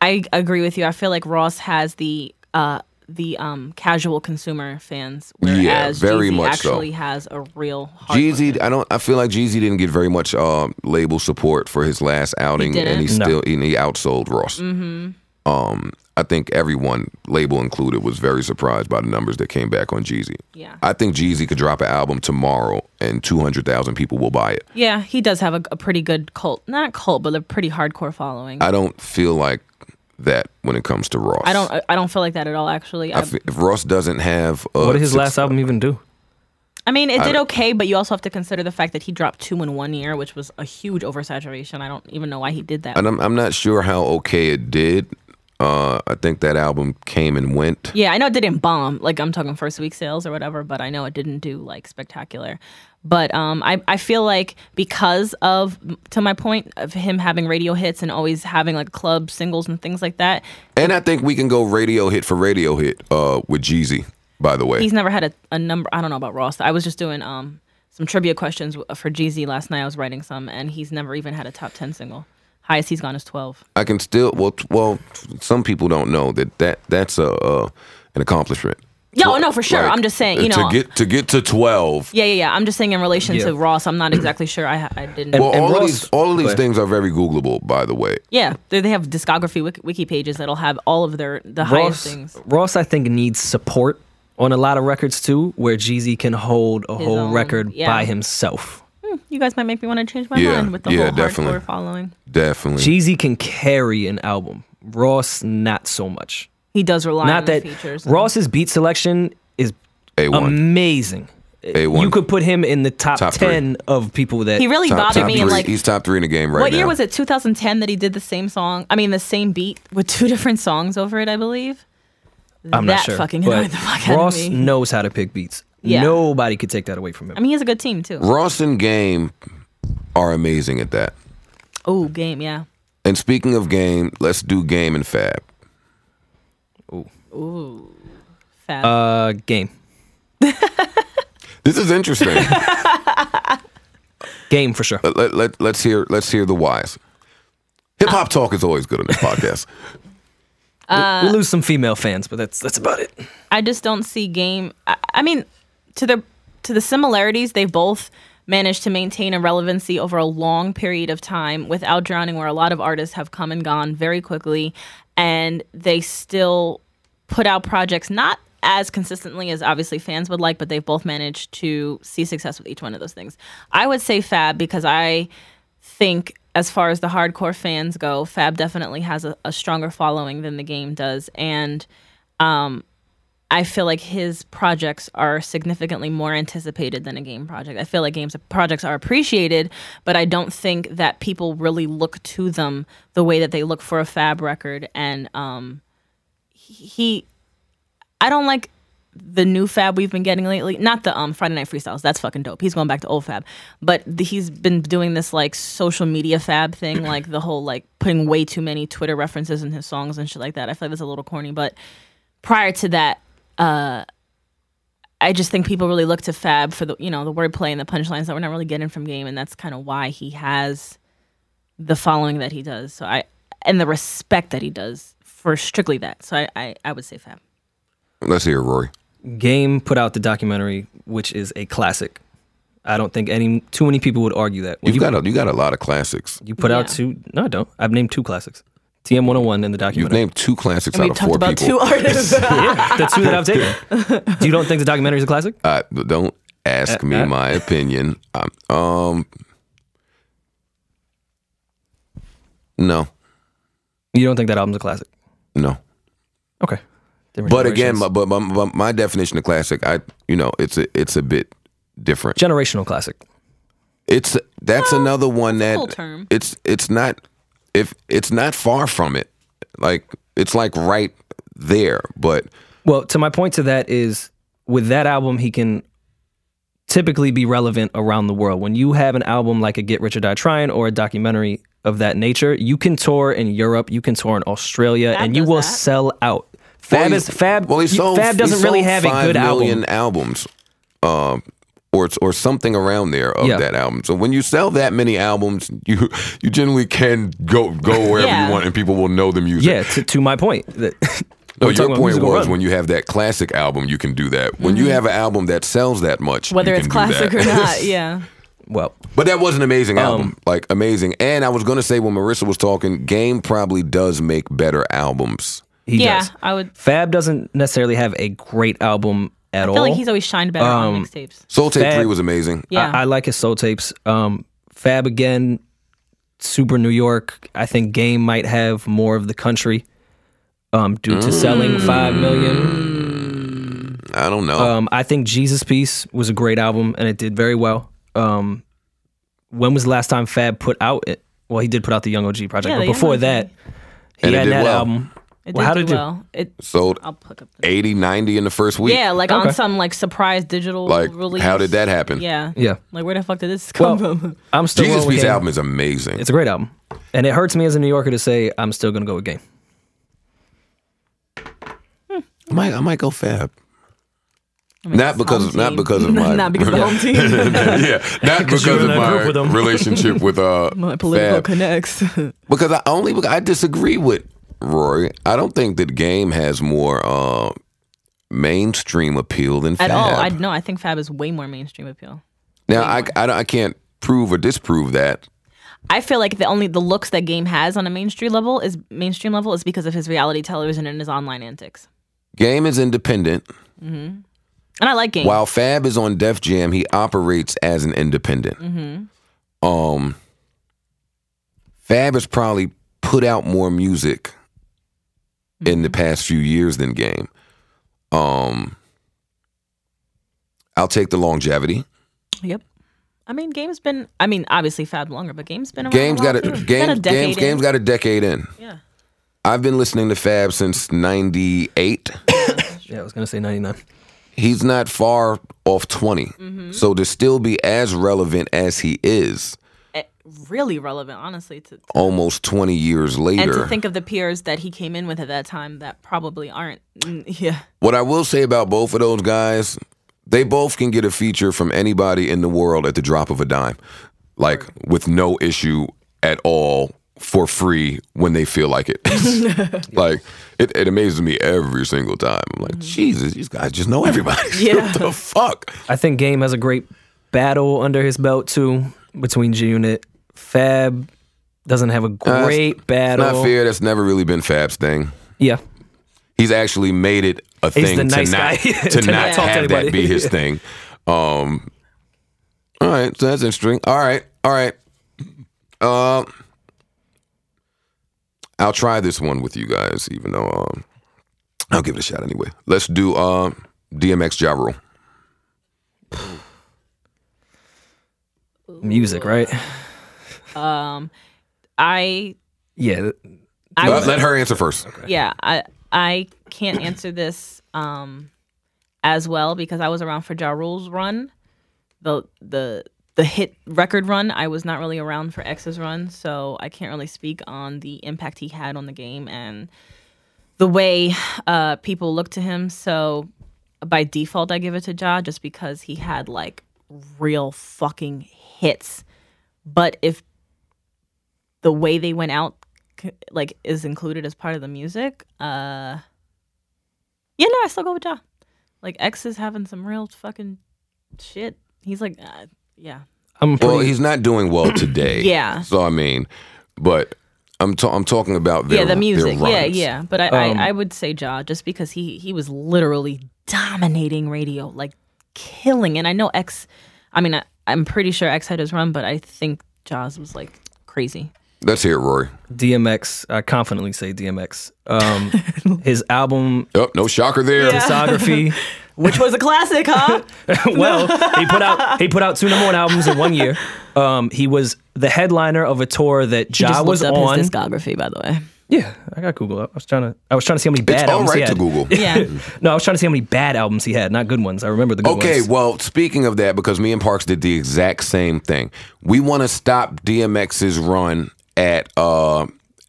I agree with you. I feel like Ross has the uh the um casual consumer fans, whereas Yeah, very Jeezy much so. actually has a real hard Jeezy, I don't. I feel like Jeezy didn't get very much uh, label support for his last outing, and he didn't. No. still and he outsold Ross. Mm-hmm. Um, I think everyone, label included, was very surprised by the numbers that came back on Jeezy. Yeah. I think Jeezy could drop an album tomorrow, and two hundred thousand people will buy it. Yeah, he does have a, a pretty good cult, not cult, but a pretty hardcore following. I, I don't feel like that when it comes to Ross. don't I, I don't feel like that at all. Actually, I, I fe- if Ross doesn't have, uh, What did his suc- last album even do? I mean, it did okay, but you also have to consider the fact that he dropped two in one year, which was a huge oversaturation. I don't even know why he did that. and I'm I'm not sure how okay it did. Uh, I think that album came and went. Yeah, I know it didn't bomb. Like I'm talking first week sales or whatever, but I know it didn't do like spectacular. But um, I I feel like because of to my point of him having radio hits and always having like club singles and things like that. And I think we can go radio hit for radio hit uh, with Jeezy. by the way. He's never had a, a number. I don't know about Ross. I was just doing um some trivia questions w- for Jeezy last night. I was writing some, and he's never even had a top ten single. Highest he's gone is twelve. I can still well t- well some people don't know that that that's a uh, an accomplishment. Yeah, Tw- no, for sure. like, uh, I'm just saying, you to know. get to get to twelve. yeah, yeah, yeah. I'm just saying in relation Yeah. to Ross, I'm not exactly sure. I ha- I didn't. Well, and all of Ross- these all of these okay. things are very Googleable, by the way. yeah, they, they have discography wiki, wiki pages that'll have all of their the highest Ross, things. Ross, I think needs support on a lot of records too, where Jeezy can hold a His whole own, record yeah. by himself. You guys might make me want to change my Yeah, mind with the yeah, whole definitely. hardcore following. Definitely. Jeezy can carry an album. Ross, not so much. He does rely on Not the that features. and- Ross's beat selection is A one. amazing. A1. You could put him in the top, Top three. ten of people that he really top, bothered top me. three. And like, he's top three in the game right what now. year was it? 2010 that he did the same song. I mean, the same beat with two different songs over it. I believe. I'm that not sure. fucking but annoyed the fuck out of Ross me. knows how to pick beats. Yeah. Nobody could take that away from him. I mean, he has a good team too. Ross and Game are amazing at that. Oh, game, yeah. And speaking of game, let's do Game and Fab. Ooh, fab. uh, game, This is interesting. game for sure. let, let, let, let's hear let's hear the whys. Hip hop talk is always good on this podcast. Uh, we lose some female fans, but that's that's about it. I just don't see game. I, I mean, to the to the similarities, they both managed to maintain a relevancy over a long period of time without drowning. Where a lot of artists have come and gone very quickly, and they still put out projects not as consistently as obviously fans would like, but they've both managed to see success with each one of those things. I would say Fab because I think as far as the hardcore fans go, Fab definitely has a, a stronger following than the game does, and I feel like his projects are significantly more anticipated than a game project. I feel like games projects are appreciated, but I don't think that people really look to them the way that they look for a Fab record. And um, he, I don't like the new Fab we've been getting lately. Not the um, Friday Night Freestyles. That's fucking dope. He's going back to old Fab, but th- he's been doing this like social media Fab thing, like the whole like putting way too many Twitter references in his songs and shit like that. I feel like that's a little corny, but prior to that, I just think people really look to Fab for the you know the wordplay and the punchlines that we're not really getting from Game, and that's kind of why he has the following that he does. So I and the respect that he does for strictly that. So I I, I would say Fab. let's hear Rory. Game put out the documentary, which is a classic. I don't think any too many people would argue that. When You've you, got a, you got a lot of classics. you put out Yeah. two. No, I don't. I've named two classics. TM 101 in oh the You've documentary. named two classics And out we of talked four about people. two artists. yeah, the two that I've taken. Do you don't think the documentary is a classic? I, don't ask Uh, me uh. my opinion. Um, um, no, You don't think that album's a classic? no. Okay. Different But again, generations. my, but my, my, my definition of classic, I you know, it's a it's a bit different. generational classic. It's that's another one that cool term. it's it's not if it's not far from it. Like it's like right there, but Well, to my point to that is with that album, he can typically be relevant around the world. When you have an album like a Get Rich or Die Trying or a documentary of that nature, you can tour in Europe, you can tour in Australia, Fab and you does will that. sell out. Fab he's- is Fab. Well, he you- sold, Fab he doesn't really sold have a five good million album. albums, um, or it's- or something around there of Yeah. that album. So when you sell that many albums, you you generally can go go wherever Yeah. you want, and people will know the music. Yeah, to, to my point. that- No, we're talking your about point musical was run. when you have that classic album, you can do that. When you have an album that sells that much, Mm-hmm. Whether you it's can do classic that. or not, yeah. well, But that was an Um, amazing album, like amazing. And I was gonna say when Marissa was talking, Game probably does make better albums. he yeah, does. I would Fab doesn't necessarily have a great album at I all. feel like he's always shined better Um, on mixtapes. Soul Tape Fab- Three was amazing. Yeah. I, I like his soul tapes. Um, Fab again, super New York. I think Game might have more of the country um, due to Mm. selling five million. I don't Uh, know. Um, I think Jesus Piece was a great album and it did very well. Um, when was the last time Fab put out it? Well, he did put out the Young OG project, Yeah, the but Young before OG. that, he And it had did that well. album. it well, how did did do you- well. It Sold I'll pick up the 80, 90 in the first week. Yeah, like on Okay. some like surprise digital Like, release. how did that happen? Yeah. Yeah, Like where the fuck did this well, come from? I'm still Jesus going with Piece Game. album is amazing. It's a great album, and it hurts me as a New Yorker to say I'm still gonna go with Game. I might, I might go Fab. I mean, Not it's because home of- not team. because of my- not because of home team. yeah, not because you're in of that my group with 'em. relationship with uh my political Fab. connects. because I only I disagree with Rory. I don't think that game has more uh, mainstream appeal than Fab. At all. I no, I think Fab is way more mainstream appeal. now I, I don't- I can't prove or disprove that. I feel like the only the looks that Game has on a mainstream level is mainstream level is because of his reality television and his online antics. Game is independent. And I like Game. While Fab is on Def Jam, he operates as an independent. Mm-hmm. Um, Fab has probably put out more music in Mm-hmm. the past few years than Game. Um, I'll take the longevity. Yep. I mean, Game's been. I mean, obviously Fab longer, but Game's been around. Game's a while, got a too. It's been game. a Game's, decade in. game's got a decade in. Yeah. I've been listening to Fab since '98. Yeah, I was gonna say 99. He's not far off 20. Mm-hmm. So to still be as relevant as he is, Eh, really relevant, honestly. To almost 20 years and later. to think of the peers that he came in with at that time that probably aren't. mm, Yeah. what I will say about both of those guys, they both can get a feature from anybody in the world at the drop of a dime, like with no issue at all for free when they feel like it. like it, it amazes me every single time. I'm like, Jesus, these guys just know everybody. Mm-hmm. Yeah. what the fuck? I think Game has a great battle under his belt too between G Unit. Fab doesn't have a that's- great Uh, It's battle. not fair. That's never really been Fab's thing. Yeah. he's actually made it a He's thing the nice to not, guy. to To not not talk to have that anybody. be his thing. Um, all right, so that's interesting. All right, all right. Uh, I'll try this one with you guys, even though um, I'll give it a shot anyway. Let's do uh, DMX Ja Rule. Music, right? Um, I Yeah. th- I Uh, was- let her answer first. yeah I I can't answer this um as well because I was around for Ja Rule's run, the the the hit record run. I was not really around for X's run, so I can't really speak on the impact he had on the game and the way uh people look to him. So by default, I give it to Ja just because he had like real fucking hits. But if the way they went out c- like is included as part of the music uh yeah no i still go with ja like x is having some real fucking shit he's like uh, yeah I'm pretty, Well, he's not doing well today. Yeah. So I mean, but I'm ta- I'm talking about their, yeah the their music yeah runs. yeah but I, I i would say ja just because he he was literally dominating radio like killing and i know x i mean I, i'm pretty sure x had his run but i think jaws was like crazy Let's hear it, Rory. DMX. I confidently say DMX. Um, his album Oh, no shocker there. discography. which was a classic huh well, he put out he put out two number one albums in one year. Um, he was the headliner of a tour that Ja just was looked up on. his discography by the way Yeah, I got Google up. I was trying to I was trying to see how many bad It's all albums he right to had. Google. yeah No, I was trying to see how many bad albums he had, not good ones. I remember the good Okay, ones. well, speaking of that, because me and Parks did the exact same thing. We want to stop DMX's run at uh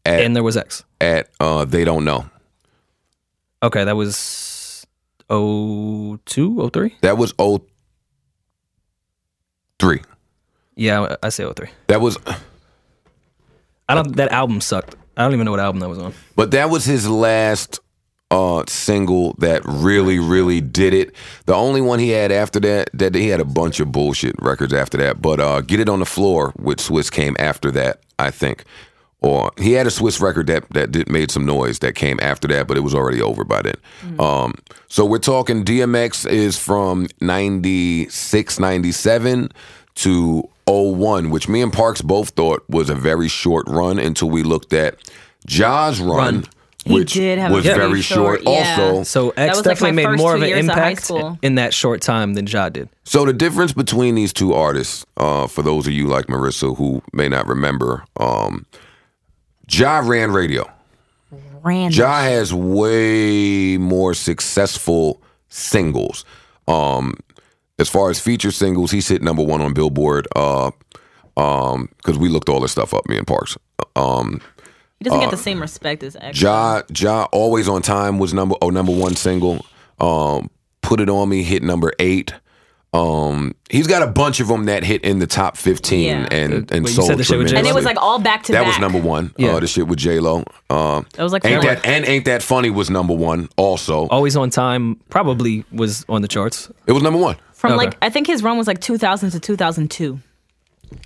at and there was X. at uh they don't know. Okay, that was 02, 03? That was oh three. Yeah, I I say 03. That was I don't that album sucked. I don't even know what album that was on. but that was his last uh single that really really did it. The only one he had after that that he had a bunch of bullshit records after that, but uh Get It on the Floor with Swiss came after that, I think. Or he had a Swiss record that that did, made some noise that came after that, but it was already over by then. Um so we're talking DMX is from 96 97 to 01, which me and Parks both thought was a very short run until we looked at Jaws run, Run. He which did have a was very very short. short- yeah. Also, So That was, X like, definitely my made first more two of an years of high impact school. in that short time than Ja did. so the difference between these two artists, uh, for those of you like Marissa who may not remember, um, Ja ran radio. random Ja has way more successful singles. Um, as far as feature singles, he's hit number one on Billboard. Uh, um, because we looked all this stuff up, me and Parks. Um, He doesn't get the same respect as X. Ja Ja always on time was number oh number one single. Um, Put It On Me hit number eight. Um, he's got a bunch of them that hit in the top fifteen Yeah. and and Wait, you sold said the shit with J-Lo? and it tremendously. was like all back to that back. was number one. Yeah. Uh, the shit with J Lo. Uh, That was like ain't forever. that and ain't that funny was number one also. Always on time probably was on the charts. It was number one. From Okay. like I think his run was like 2000 to 2002.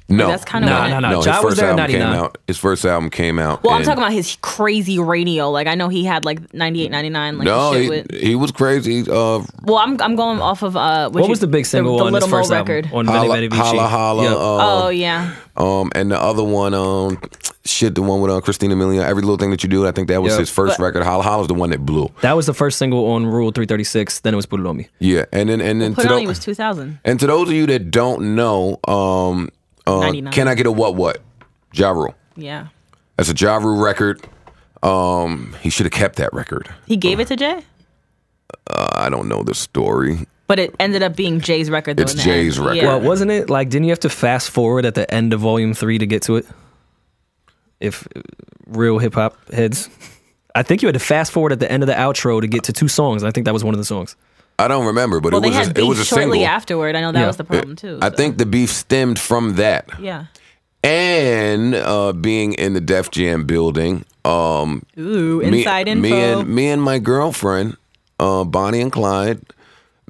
No, That's kinda Nah, what it- nah, nah. His Ja was first there in album came 99. out. His first album came out. Well, I'm in- talking about his crazy radio. Like I know he had like 98, 99. Like No, shit he, with, he was crazy. Uh, well, I'm I'm going off of uh. What was the big single the, on his Little Mo first record? album? On Veni holla, Vidi Vici. holla, holla. Yep. uh, oh yeah, Um, and the other one, um, shit, the one with uh, Christina Milian. Every little thing that you do. I think that was Yep. his first But- record. Holla, holla's the one that blew. that was the first single on Rule 336. Then it was Put It On Me. Yeah, and then and then Put It to On tho- You was 2000. and to those of you that don't know, um, uh, 99. can I get a what what? Ja Rule. Yeah, That's a Ja Rule record. Um, he should have kept that record. he gave it to Jay, I don't know the story. but it ended up being Jay's record. Though, It's in the Jay's end. record. Yeah. Well, wasn't it like didn't you have to fast forward at the end of volume three to get to it? If uh, real hip hop heads, I think you had to fast forward at the end of the outro to get to two songs. and I think that was one of the songs. I don't remember, but Well, it they was had a, it was a beef shortly single. afterward. I know that Yeah. was the problem too. I so- think the beef stemmed from that. Yeah. and uh, being in the Def Jam building. Um, Ooh, me- inside info. Me and me and my girlfriend, uh, Bonnie and Clyde,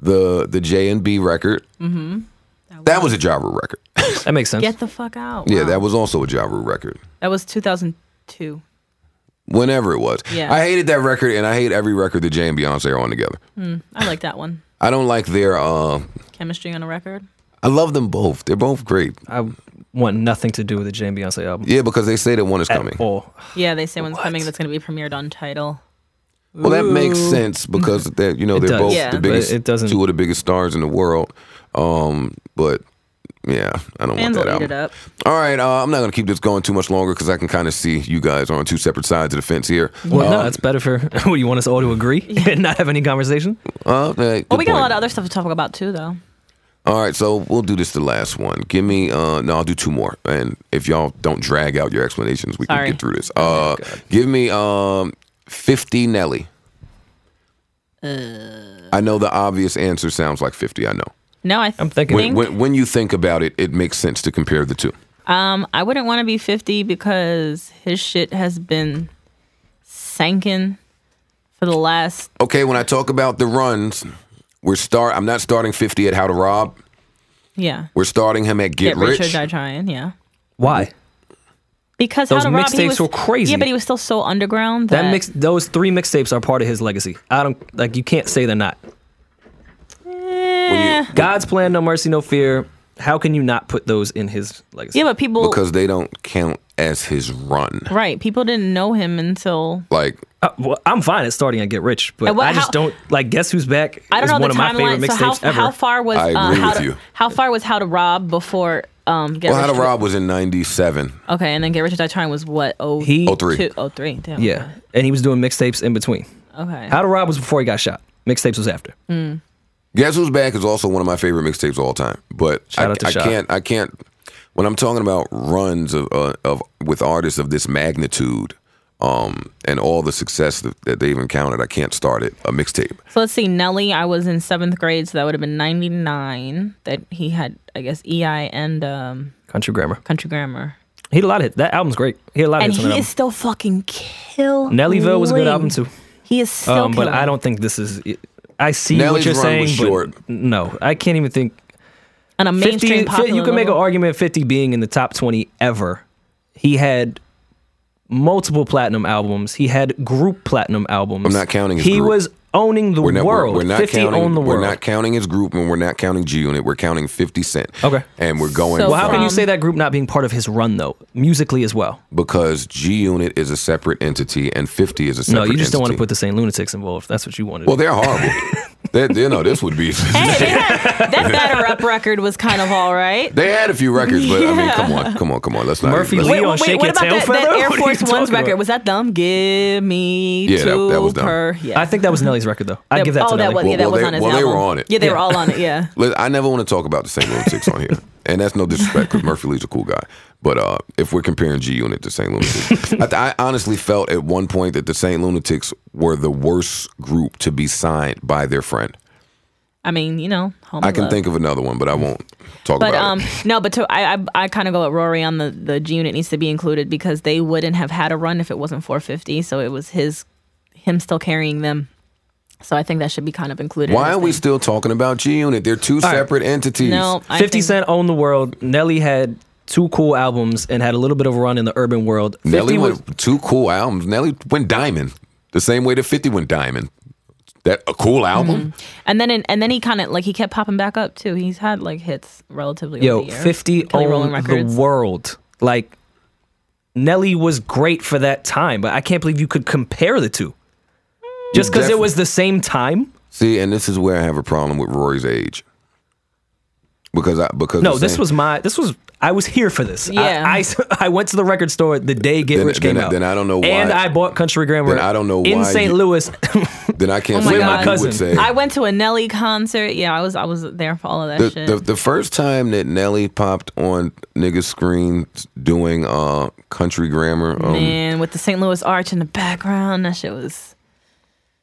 the the J and B record. Mm-hmm. That was a Jaru record. That makes sense. Get the fuck out. yeah, Wow. that was also a Jaru record. that was 2002. Whenever it was, Yeah. I hated that record, and I hate every record that Jay and Beyonce are on together. I like that one. I don't like their. Uh, Chemistry on a record. I love them both. They're both great. I want nothing to do with the Jay and Beyonce album Yeah, because they say that one is at coming. all. Yeah, they say one's What? coming that's going to be premiered on Title. Well, that makes sense because that you know It they're does. both Yeah. the But biggest, it doesn't- two of the biggest stars in the world. Um, but yeah, I don't Fans want that will out. eat it up. All right, uh, I'm not gonna keep this going too much longer because I can kind of see you guys are on two separate sides of the fence here. Well, Uh, no, it's better for what you want us all to agree and not have any conversation. uh, eh, good Well, we got a point. lot of other stuff to talk about too, though. All right, so we'll do this the last one. Give me uh no, I'll do two more. And if y'all don't drag out your explanations, we Sorry. can get through this. Uh give me um 50 Nelly. Uh. I know the obvious answer sounds like 50, I know. No, I th- I'm thinking- When, when when you think about it, it makes sense to compare the two. um, I wouldn't want to be 50 because his shit has been sinking for the last. Okay, when I talk about the runs, we're start I'm not starting 50 at How to Rob. Yeah. We're starting him at Get, Get, Rich. Rich or Die Trying. Yeah. Why? Because Those How to Rob, he mixtapes was- were crazy. Yeah, but he was still so underground. That, That mix, those three mixtapes are part of his legacy. I don't like you can't say they're not. Eh. God's plan, no mercy, no fear. How can you not put those in his legacy? yeah, but people. because they don't count as his run. right. People didn't know him until. Like Uh, well, I'm fine at starting at Get Rich, but And what- I just how- don't like. Guess who's back? I don't is know one the of my favorite timeline. So how, mixtapes ever. how far was I uh, agree how with to, you. how far was How to Rob before um Get well, Rich? How to Rob was in 97. Okay, and then Get Rich or Die Trying was what? Oh, He- Oh, three. two- oh, three. Damn. yeah, and he was doing mixtapes in between. Okay. Mm. How to Rob was before he got shot. Mixtapes was after. Guess Who's Back is also one of my favorite mixtapes of all time. But Shout I, out to I Sha. can't. I can't. When I'm talking about runs of, uh, of with artists of this magnitude um, and all the success that, that they've encountered, I can't start it a mixtape. so let's see. Nelly, I was in seventh grade, so that would have been ninety nine. That he had, I guess, EI and um, Country grammar. Country Grammar, He had a lot of hits. That album's great. He had a lot of and hits he on that is album. still fucking killing. Nellyville was a good album too. He is still Um, but killing. I don't think this is. I see Nelly's what you're run saying, was but short. no, I can't even think. on a 50, mainstream fi- popular. you can make an level. argument 50 being in the top 20 ever he had multiple platinum albums he had group platinum albums I'm not counting his he group. was owning the We're not, world We're, we're not 50 counting. owned the we're world not counting his group, and we're not counting G Unit. We're counting 50 Cent. Okay. And we're going. So well how from- can you say that group not being part of his run though musically as well Because G Unit is a separate entity, and 50 is a separate. no you just don't want to entity. put the same lunatics involved if that's what you wanted Well, they're horrible. they, you know, this would be. Hey, they had- that batter up record was kind of all right. They had a few records, but I mean, come on, come on, come on. Let's not. Murphy let's- Lee Wait, on wait, Shake wait, what about Your Tail that, Feather? that Air What are you Force One's talking record? about? Was that dumb? Give me Yeah, that- two that was dumb. per. Yeah. i think that was nelly's record though i That- give that oh, to that nelly was, yeah, Well, that well, was they- on his well, they album. were on it. Yeah, they were Yeah. all on it. Yeah. let- I never want to talk about the same Little Six on here, and that's no disrespect because Murphy Lee's a cool guy. But uh, if we're comparing G Unit to St. Lunatics, I, th- I honestly felt at one point that the St. Lunatics were the worst group to be signed by their friend. I mean, you know, home I can love. think of another one, but I won't talk But about um, it. no, but to, I I, I kind of go with Rory on the the G unit needs to be included because they wouldn't have had a run if it wasn't 450. So it was his him still carrying them. So I think that should be kind of included. in Why this are we thing. still talking about G Unit? They're two right. separate entities. No, I 50 think- Cent owned the world. Nelly had two cool albums and had a little bit of a run in the urban world. 50 Nelly was, went two cool albums. Nelly went diamond, the same way that Fifty went diamond. That a cool album. And then in, and then he kind of like he kept popping back up too. He's had like hits relatively. over yo, the year. 50 Kelly Rowland owned the Records. world. Like Nelly was great for that time, but I can't believe you could compare the two. Just because it Mm. Definitely. was the same time? See, and this is where I have a problem with Rory's age. Because I because No, the this same- was my this was I was here for this. I- Yeah. I, s- I went to the record store the day Get Then- Rich then- came out. then I don't know And why- I bought Country Grammar. then I don't know in why St. you- Louis. then I can't Oh my say what you God. With my cousin. would say. I went to a Nelly concert. Yeah, I was I was there for all of that the, shit. the the first time that Nelly popped on niggas screen doing uh country grammar. Um, Man, with the St. Louis Arch in the background, that shit was.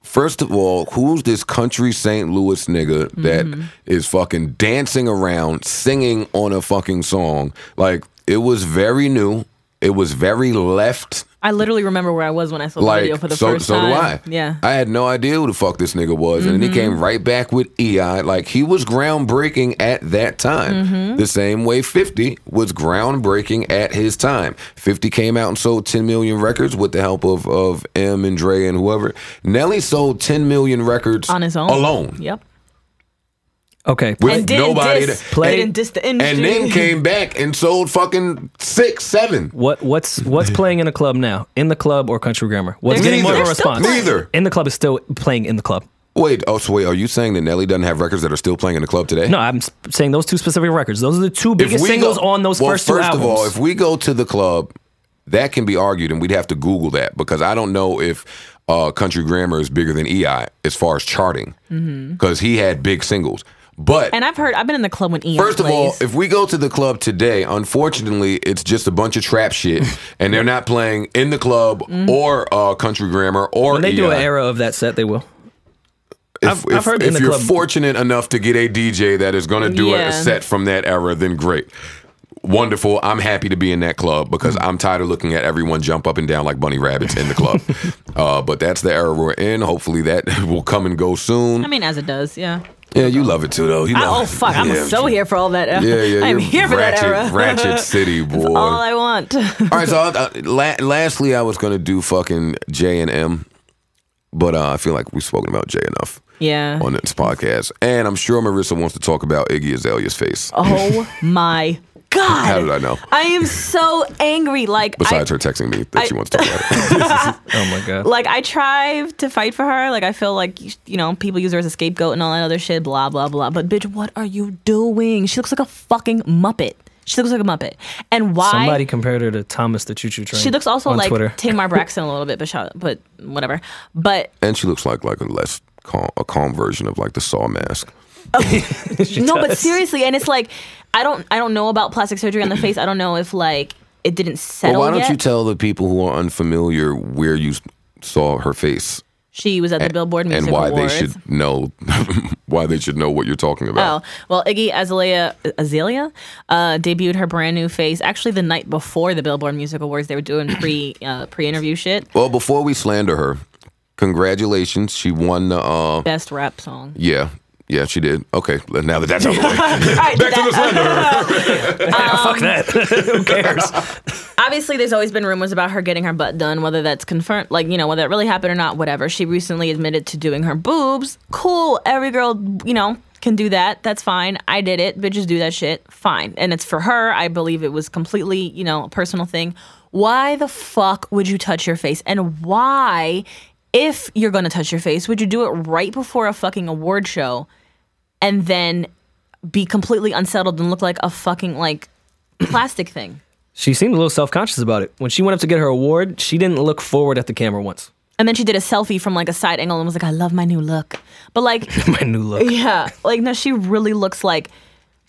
First of all, who's this country St. Louis nigga that is fucking dancing around, singing on a fucking song? Like, it was very new. It was very left. I literally remember where I was when I saw the Like, video for the so, first so time. do I. Yeah. Mm-hmm. I had no idea who the fuck this nigga was. And then he came right back with EI. Like, he was groundbreaking at that time. Mm-hmm. The same way 50 was groundbreaking at his time. 50 came out and sold 10 million records with the help of, of M and Dre and whoever. Nelly sold 10 million records on his own. Alone. Yep. okay. With And didn't nobody diss, to- Play- didn't diss the industry. and then came back and sold fucking six, seven. What what's what's playing in a club now? In the club or country grammar? What's They're- getting more of a they're still response? playing. Neither. In the club is still playing in the club. Wait, oh, so wait, are you saying that Nelly doesn't have records that are still playing in the club today? No, I'm s- saying those two specific records. Those are the two If biggest we singles go- on those well, first two albums. of all, if we go to the club, that can be argued, and we'd have to Google that because I don't know if uh, Country Grammar is bigger than EI as far as charting Mm-hmm. because he had big singles. But And I've heard I've been in the club when Ian First of all, plays. if we go to the club today, unfortunately, it's just a bunch of trap shit, and they're not playing in the club or uh, country grammar or Mm-hmm. E when they do EI. an era of that set, they will. If, I've- I've if- heard if in the you're club- fortunate enough to get a DJ that is going to do a- Yeah. a set from that era, then great. Wonderful. I'm happy to be in that club because Mm. I'm tired of looking at everyone jump up and down like bunny rabbits in the club. uh, but that's the era we're in. Hopefully that will come and go soon. I mean, as it does, yeah. yeah, you love it too, though. You I, love oh it. fuck, I'm Yeah. so here for all that. era. Yeah, yeah, I'm you're here for ratchet, that era. ratchet city boy. all I want. All right, so uh, la- lastly, I was gonna do fucking J and M, but uh, I feel like we've spoken about J enough yeah. on this podcast, and I'm sure Marissa wants to talk about Iggy Azalea's face. Oh my god. How did I know? I am so angry. Like I, Besides her texting me that she wants to talk about it. Oh my god. like I tried to fight for her. Like I feel like you- you know people use her as a scapegoat and all that other shit. Blah blah blah. But bitch, what are you doing? She looks like a fucking muppet. She looks like a muppet. And why? Somebody compared her to Thomas the Choo Choo Train. she looks also on like Twitter. Tamar Braxton a little bit, but shout, but whatever. But and she looks like like a less calm, a calm version of like the Saw mask. no, but seriously, and it's like I don't I don't know about plastic surgery on the face. I don't know if like it didn't But settle why don't yet. you tell the people who are unfamiliar where you s- saw her face she was at the Billboard Music and why Awards. they should know why they should know what you're talking Oh about? well, Iggy Azalea, Azalea uh, debuted her brand new face actually the night before the Billboard Music Awards. They were doing pre uh, pre interview shit. Well, before we slander her, congratulations, she won the. Uh, Best rap song. Yeah. Yeah, she did. Okay, now that that's out of the way. All right, Back to that- the slander. Fuck that. Who cares? obviously there's always been rumors about her getting her butt done whether that's confirmed like you know whether it really happened or not whatever she recently admitted to doing her boobs cool every girl you know can do that that's fine i did it bitches do that shit fine and it's for her i believe it was completely you know a personal thing why the fuck would you touch your face and why if you're gonna touch your face would you do it right before a fucking award show and then be completely unsettled and look like a fucking like plastic thing She seemed a little self conscious about it. When she went up to get her award, she didn't look forward at the camera once. And then she did a selfie from like a side angle and was like, I love my new look. But like, My new look. yeah, like, no, she really looks like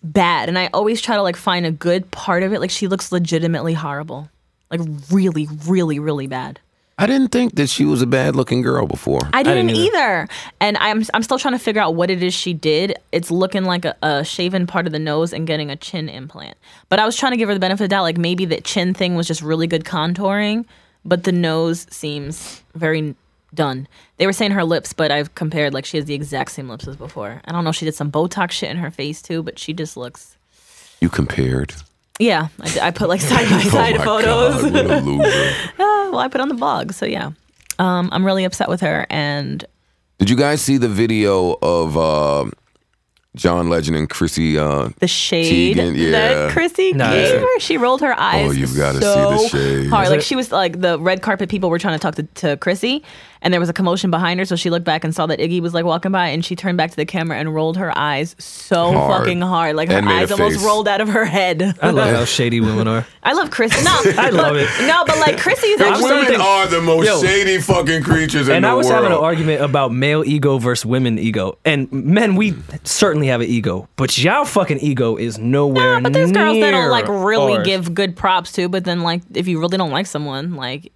bad. And I always try to like find a good part of it. Like, she looks legitimately horrible. Like, really, really, really bad. I didn't think that she was a bad looking girl before. I didn't didn't, either. And I'm I'm still trying to figure out what it is she did. It's looking like a, a shaven part of the nose and getting a chin implant. But I was trying to give her the benefit of the doubt. Like maybe that chin thing was just really good contouring, but the nose seems very done. They were saying her lips, but I've compared like she has the exact same lips as before. I don't know. if She did some Botox shit in her face too, but she just looks. you compared. Yeah, I, d- I put like side by side Oh my photos. God, what a loser. Ah, well, I put on the blog, so yeah. Um, I'm really upset with her, and Did you guys see the video of uh, John Legend and Chrissy? Uh, the shade Tegan, yeah. Oh, that Chrissy No, gave yeah. her. She rolled her eyes. you've gotta see so the shade. Hard. Is Like it- she was like the red carpet people were trying to talk to, to Chrissy, and there was a commotion behind her. So she looked back and saw that Iggy was like walking by, and she turned back to the camera and rolled her eyes so Hard. fucking hard, like her And made a eyes almost face. rolled out of her head. I love how shady women are. I love Chrissy. No, Uh, I love it. no, but like Chrissy is I'm actually. sorry. women something- are the most Yo. shady fucking creatures in And the I was world. having an argument about male ego versus women ego. And men, we certainly have an ego, but y'all fucking ego is nowhere Yeah, but there's girls that near don't like really ours. give good props to, but then like if you really don't like someone, like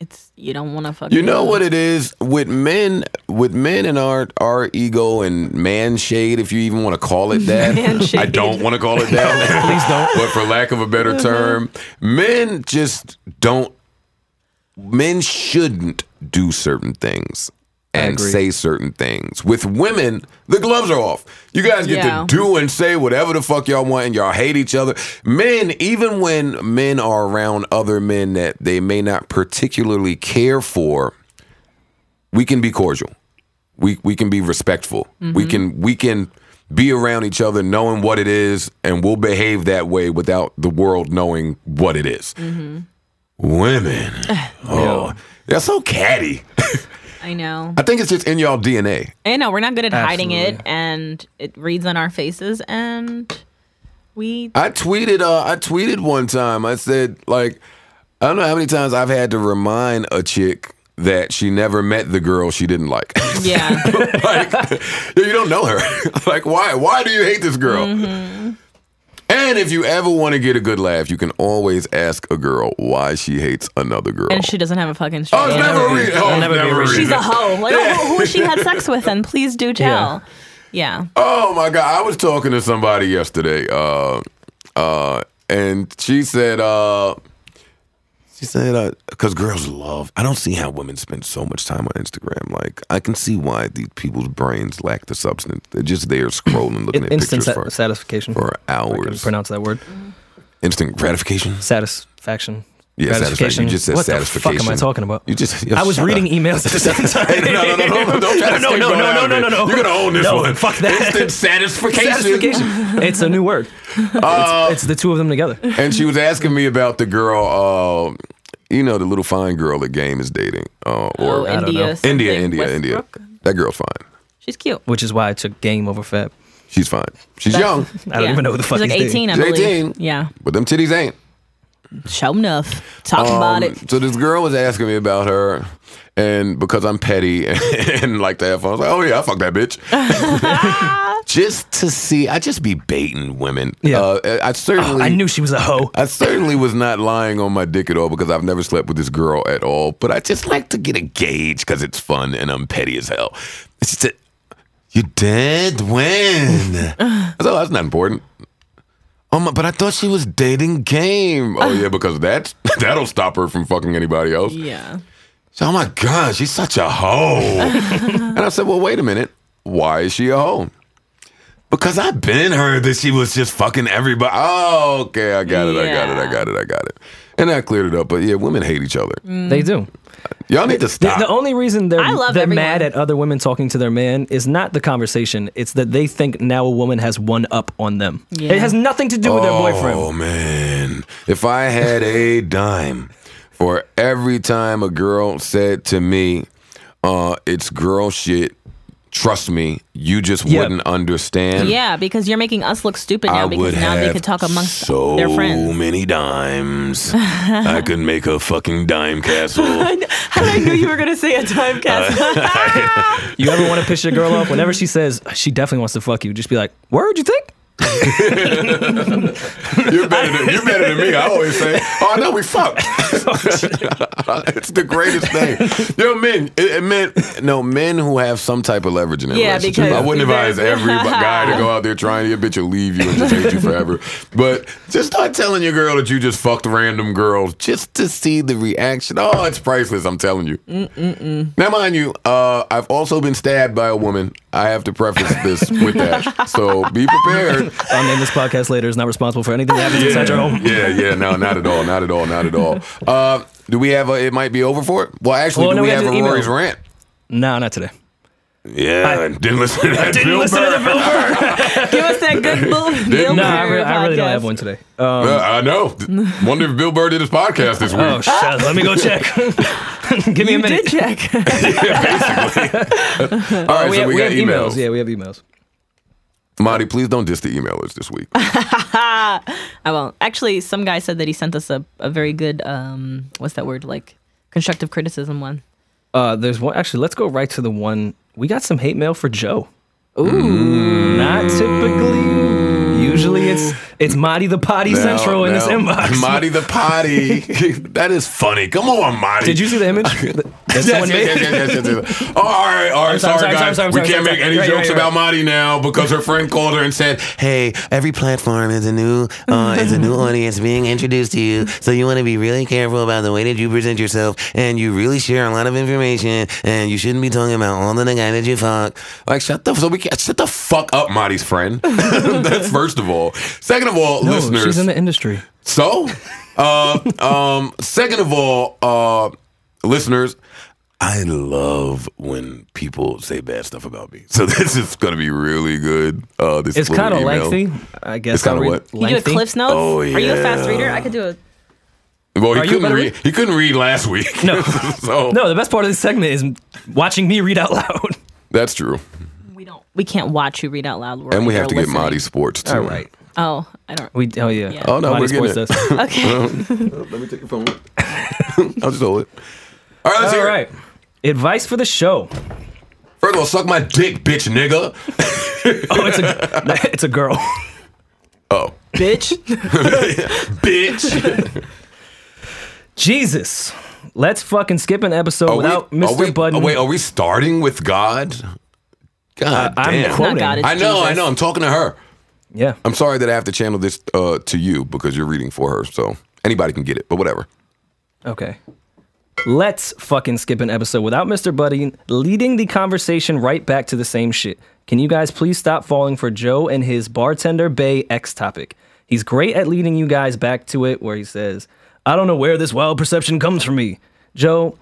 it's you don't want to fucking. You know what it is with men, with men and our our ego and man shade, if you even want to call it that. Man shade. I don't want to call it that. Please don't. But for lack of a Uh-huh. better term, men just don't. Men shouldn't do certain things and agree. say certain things. With women, the gloves are off. You guys get to Yeah. do and say whatever the fuck y'all want, and y'all hate each other. Men, even when men are around other men that they may not particularly care for, we can be cordial. We we can be respectful. We can we can be around each other knowing what it is and we'll behave that way without the world knowing what it is. Women. oh. That's so catty. I know. I think it's just in y'all DNA. I know we're not good at hiding it, Absolutely. and it reads on our faces, and we. I tweeted. Uh, I tweeted one time. I said, like, I don't know how many times I've had to remind a chick that she never met the girl she didn't like. Yeah, like, you don't know her. like, why? Why do you hate this girl? Mm-hmm. And if you ever want to get a good laugh, you can always ask a girl why she hates another girl. and she doesn't have a fucking. oh, it's straight never a answer. reason. It'll Oh, it's never be a never a reason. She's a reason. hoe. Like who, who she had sex with, and please do tell. Yeah. Oh my god, I was talking to somebody yesterday, uh, uh, and she said, uh, she said, because girls love. I don't see how women spend so much time on Instagram. Like, I can see why these people's brains lack the substance. They're just there scrolling, looking In- at instant pictures sa- for, satisfaction. for I couldn't hours. pronounce that word. Instant gratification. Satisfaction. Yeah, satisfaction. You just said what satisfaction. The fuck am I talking about? You just. I was shut up. reading emails at the same time. No, no, no, no, don't try to no, skip going no, no, out no, of no, it. no, no. You're gonna own this No, one. Fuck that. Instant satisfaction. Satisfaction. it's a new word. Uh, It's the two of them together. and she was asking me about the girl, uh, you know, the little fine girl that Game is dating, uh, Oh, or don't know. India. India, something. India, India. Westbrook? That girl's fine. She's cute. Which is why I took game over Fab. She's fine. She's young, I don't even know who the fuck She's like he's 18, dating. I She's believe. 18. Yeah. but them titties ain't. Show enough. Talk Um, about it. So this girl was asking me about her, and because I'm petty and, like to have fun, I was like, "Oh yeah, I fuck that bitch." just to see, I just be baiting women. Yeah. Oh, uh, I certainly. I knew she was a hoe. I certainly was not lying on my dick at all because I've never slept with this girl at all. But I just like to get a gauge because it's fun and I'm petty as hell. She said, "You dead when?" I said, "Oh, that's not important." Oh my! But I thought she was dating game. Oh yeah, because that's that'll stop her from fucking anybody else. Yeah. So, oh my God, she's such a hoe. and I said, well, wait a minute. Why is she a hoe? Because I've been heard that she was just fucking everybody. Oh, okay, I got it, I got it, I Yeah. got it, I got it. And I cleared it up. But yeah, women hate each other. Mm. They do. Y'all need to The, stop. the only reason they're, I love they're everyone. mad at other women talking to their man is not the conversation. It's that they think now a woman has one up on them. Yeah. It has nothing to do with their Oh boyfriend. man, if I had a dime for every time a girl said to me, uh, "It's girl shit," trust me, you just Yeah. wouldn't understand. Yeah, because you're making us look stupid now because now they could talk amongst so their friends. many dimes. I could make a fucking dime castle. How did I know you were gonna Uh, say a time capsule? You ever want to piss your girl off? Whenever she says she definitely wants to fuck you, just be like, "Word, you think?" You're better than you're better than me. I always say, "Oh no, we fucked." it's the greatest thing. Yo, men, it, it men, no men who have some type of leverage in their Yeah, relationship. because I wouldn't advise they're- every bu- guy to go out there trying to. Your bitch will leave you and just hate you forever. But just start telling your girl that you just fucked random girls just to see the reaction. Oh, it's priceless. I'm telling you. Now, mind you, uh, I've also been stabbed by a woman. I have to preface this with that, so be prepared. I'll name this podcast later. Is not responsible for anything that happens inside your home. Yeah, yeah, no, not at all, not at all, not at all. Uh, do we have a? It might be over for it. Well, actually, Well, do no, we we have gotta a do email. Rory's rant? No, not today. Yeah, I, didn't listen. To that Didn't Bill listen Burr. to the Bill Burr. Give us that good Bill, Bill no, I, Burr re- I really don't podcast. have one today. Um, Uh, I know. Wonder if Bill Burr did his podcast this week. oh shit! Let me go check. Give me a You minute. did check. all right, Uh, Oh, we so have, we, we got have emails. emails. Yeah, we have emails. Marty, please don't diss the emailers this week. I won't. Actually, some guy said that he sent us a, a very good um what's that word like constructive criticism one. Uh, there's one. Actually, let's go right to the one. We got some hate mail for Joe. Ooh, not typically. Usually, it's it's Marty the Potty Central in this inbox. Marty the potty. that is funny. Come on, Marty. Did you see the image? that that Yes, yes, someone made? yes, yes, yes, yes, yes. Oh, all right, all right. Sorry, sorry, sorry, guys. sorry, sorry, we sorry, can't sorry. make any Right, jokes right, right. about Marty now because her friend called her and said, hey, every platform is a new uh, is a new audience being introduced to you. So you want to be really careful about the way that you present yourself, and you really share a lot of information, and you shouldn't be talking about all of the guy that you fuck. "Like shut the so we can't, shut the fuck up, Marty's friend." That's first of all. Second of all, No, listeners. Oh, she's in the industry. so, uh, um, second of all, uh, listeners. I love when people say bad stuff about me. So this is going to be really good. Uh, this It's little kind of email. lengthy. I guess. It's kinda I'll read what? You You do a lengthy. Cliff's Notes? Oh, Are you a fast yeah. reader? I could do a Well, he Are you couldn't better read. He couldn't read last week. No. so No, the best part of this segment is watching me read out loud. that's true. we don't we can't watch you read out loud. Rory. And we have They're to get listening. Marty Sports too. Oh, I don't. We oh yeah. Yeah. Oh no, Mighty we're Sports getting it. does. Okay. Let me take your phone. I'll just hold it. All right, let's All hear it. right. Advice for the show. First of all, suck my dick, bitch, nigga. Oh, it's a it's a girl. Oh, Bitch. bitch. Jesus. Let's fucking skip an episode Are we- without are Mr. we- Budden. oh, wait, are we starting with God? God Uh, I'm damn. quoting. Not God, it's I know, I Jesus. know. I'm talking to her. yeah. I'm sorry that I have to channel this uh, to you because you're reading for her. So anybody can get it, but whatever. Okay. Let's fucking skip an episode without Mr. Buddy leading the conversation right back to the same shit. Can you guys please stop falling for Joe and his bartender Bay X topic? He's great at leading you guys back to it, where he says, I don't know where this wild perception comes from me. Joe.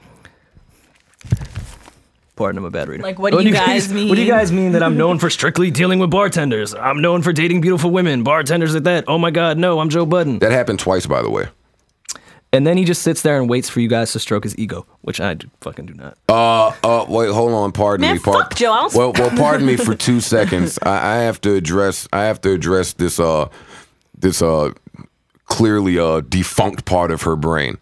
Pardon, I'm a bad reader. Like, what do you guys What do you mean? guys mean that I'm known for strictly dealing with bartenders? I'm known for dating beautiful women, bartenders at that. Oh my God, no, I'm Joe Budden. That happened twice, by the way. And then he just sits there and waits for you guys to stroke his ego, which I do, fucking do not. Uh, uh, wait, hold on. Pardon Man, me. Par- fuck Joe, I don't- Well, well, pardon me for two seconds. I, I have to address. I have to address this. Uh, this uh, clearly uh, defunct part of her brain,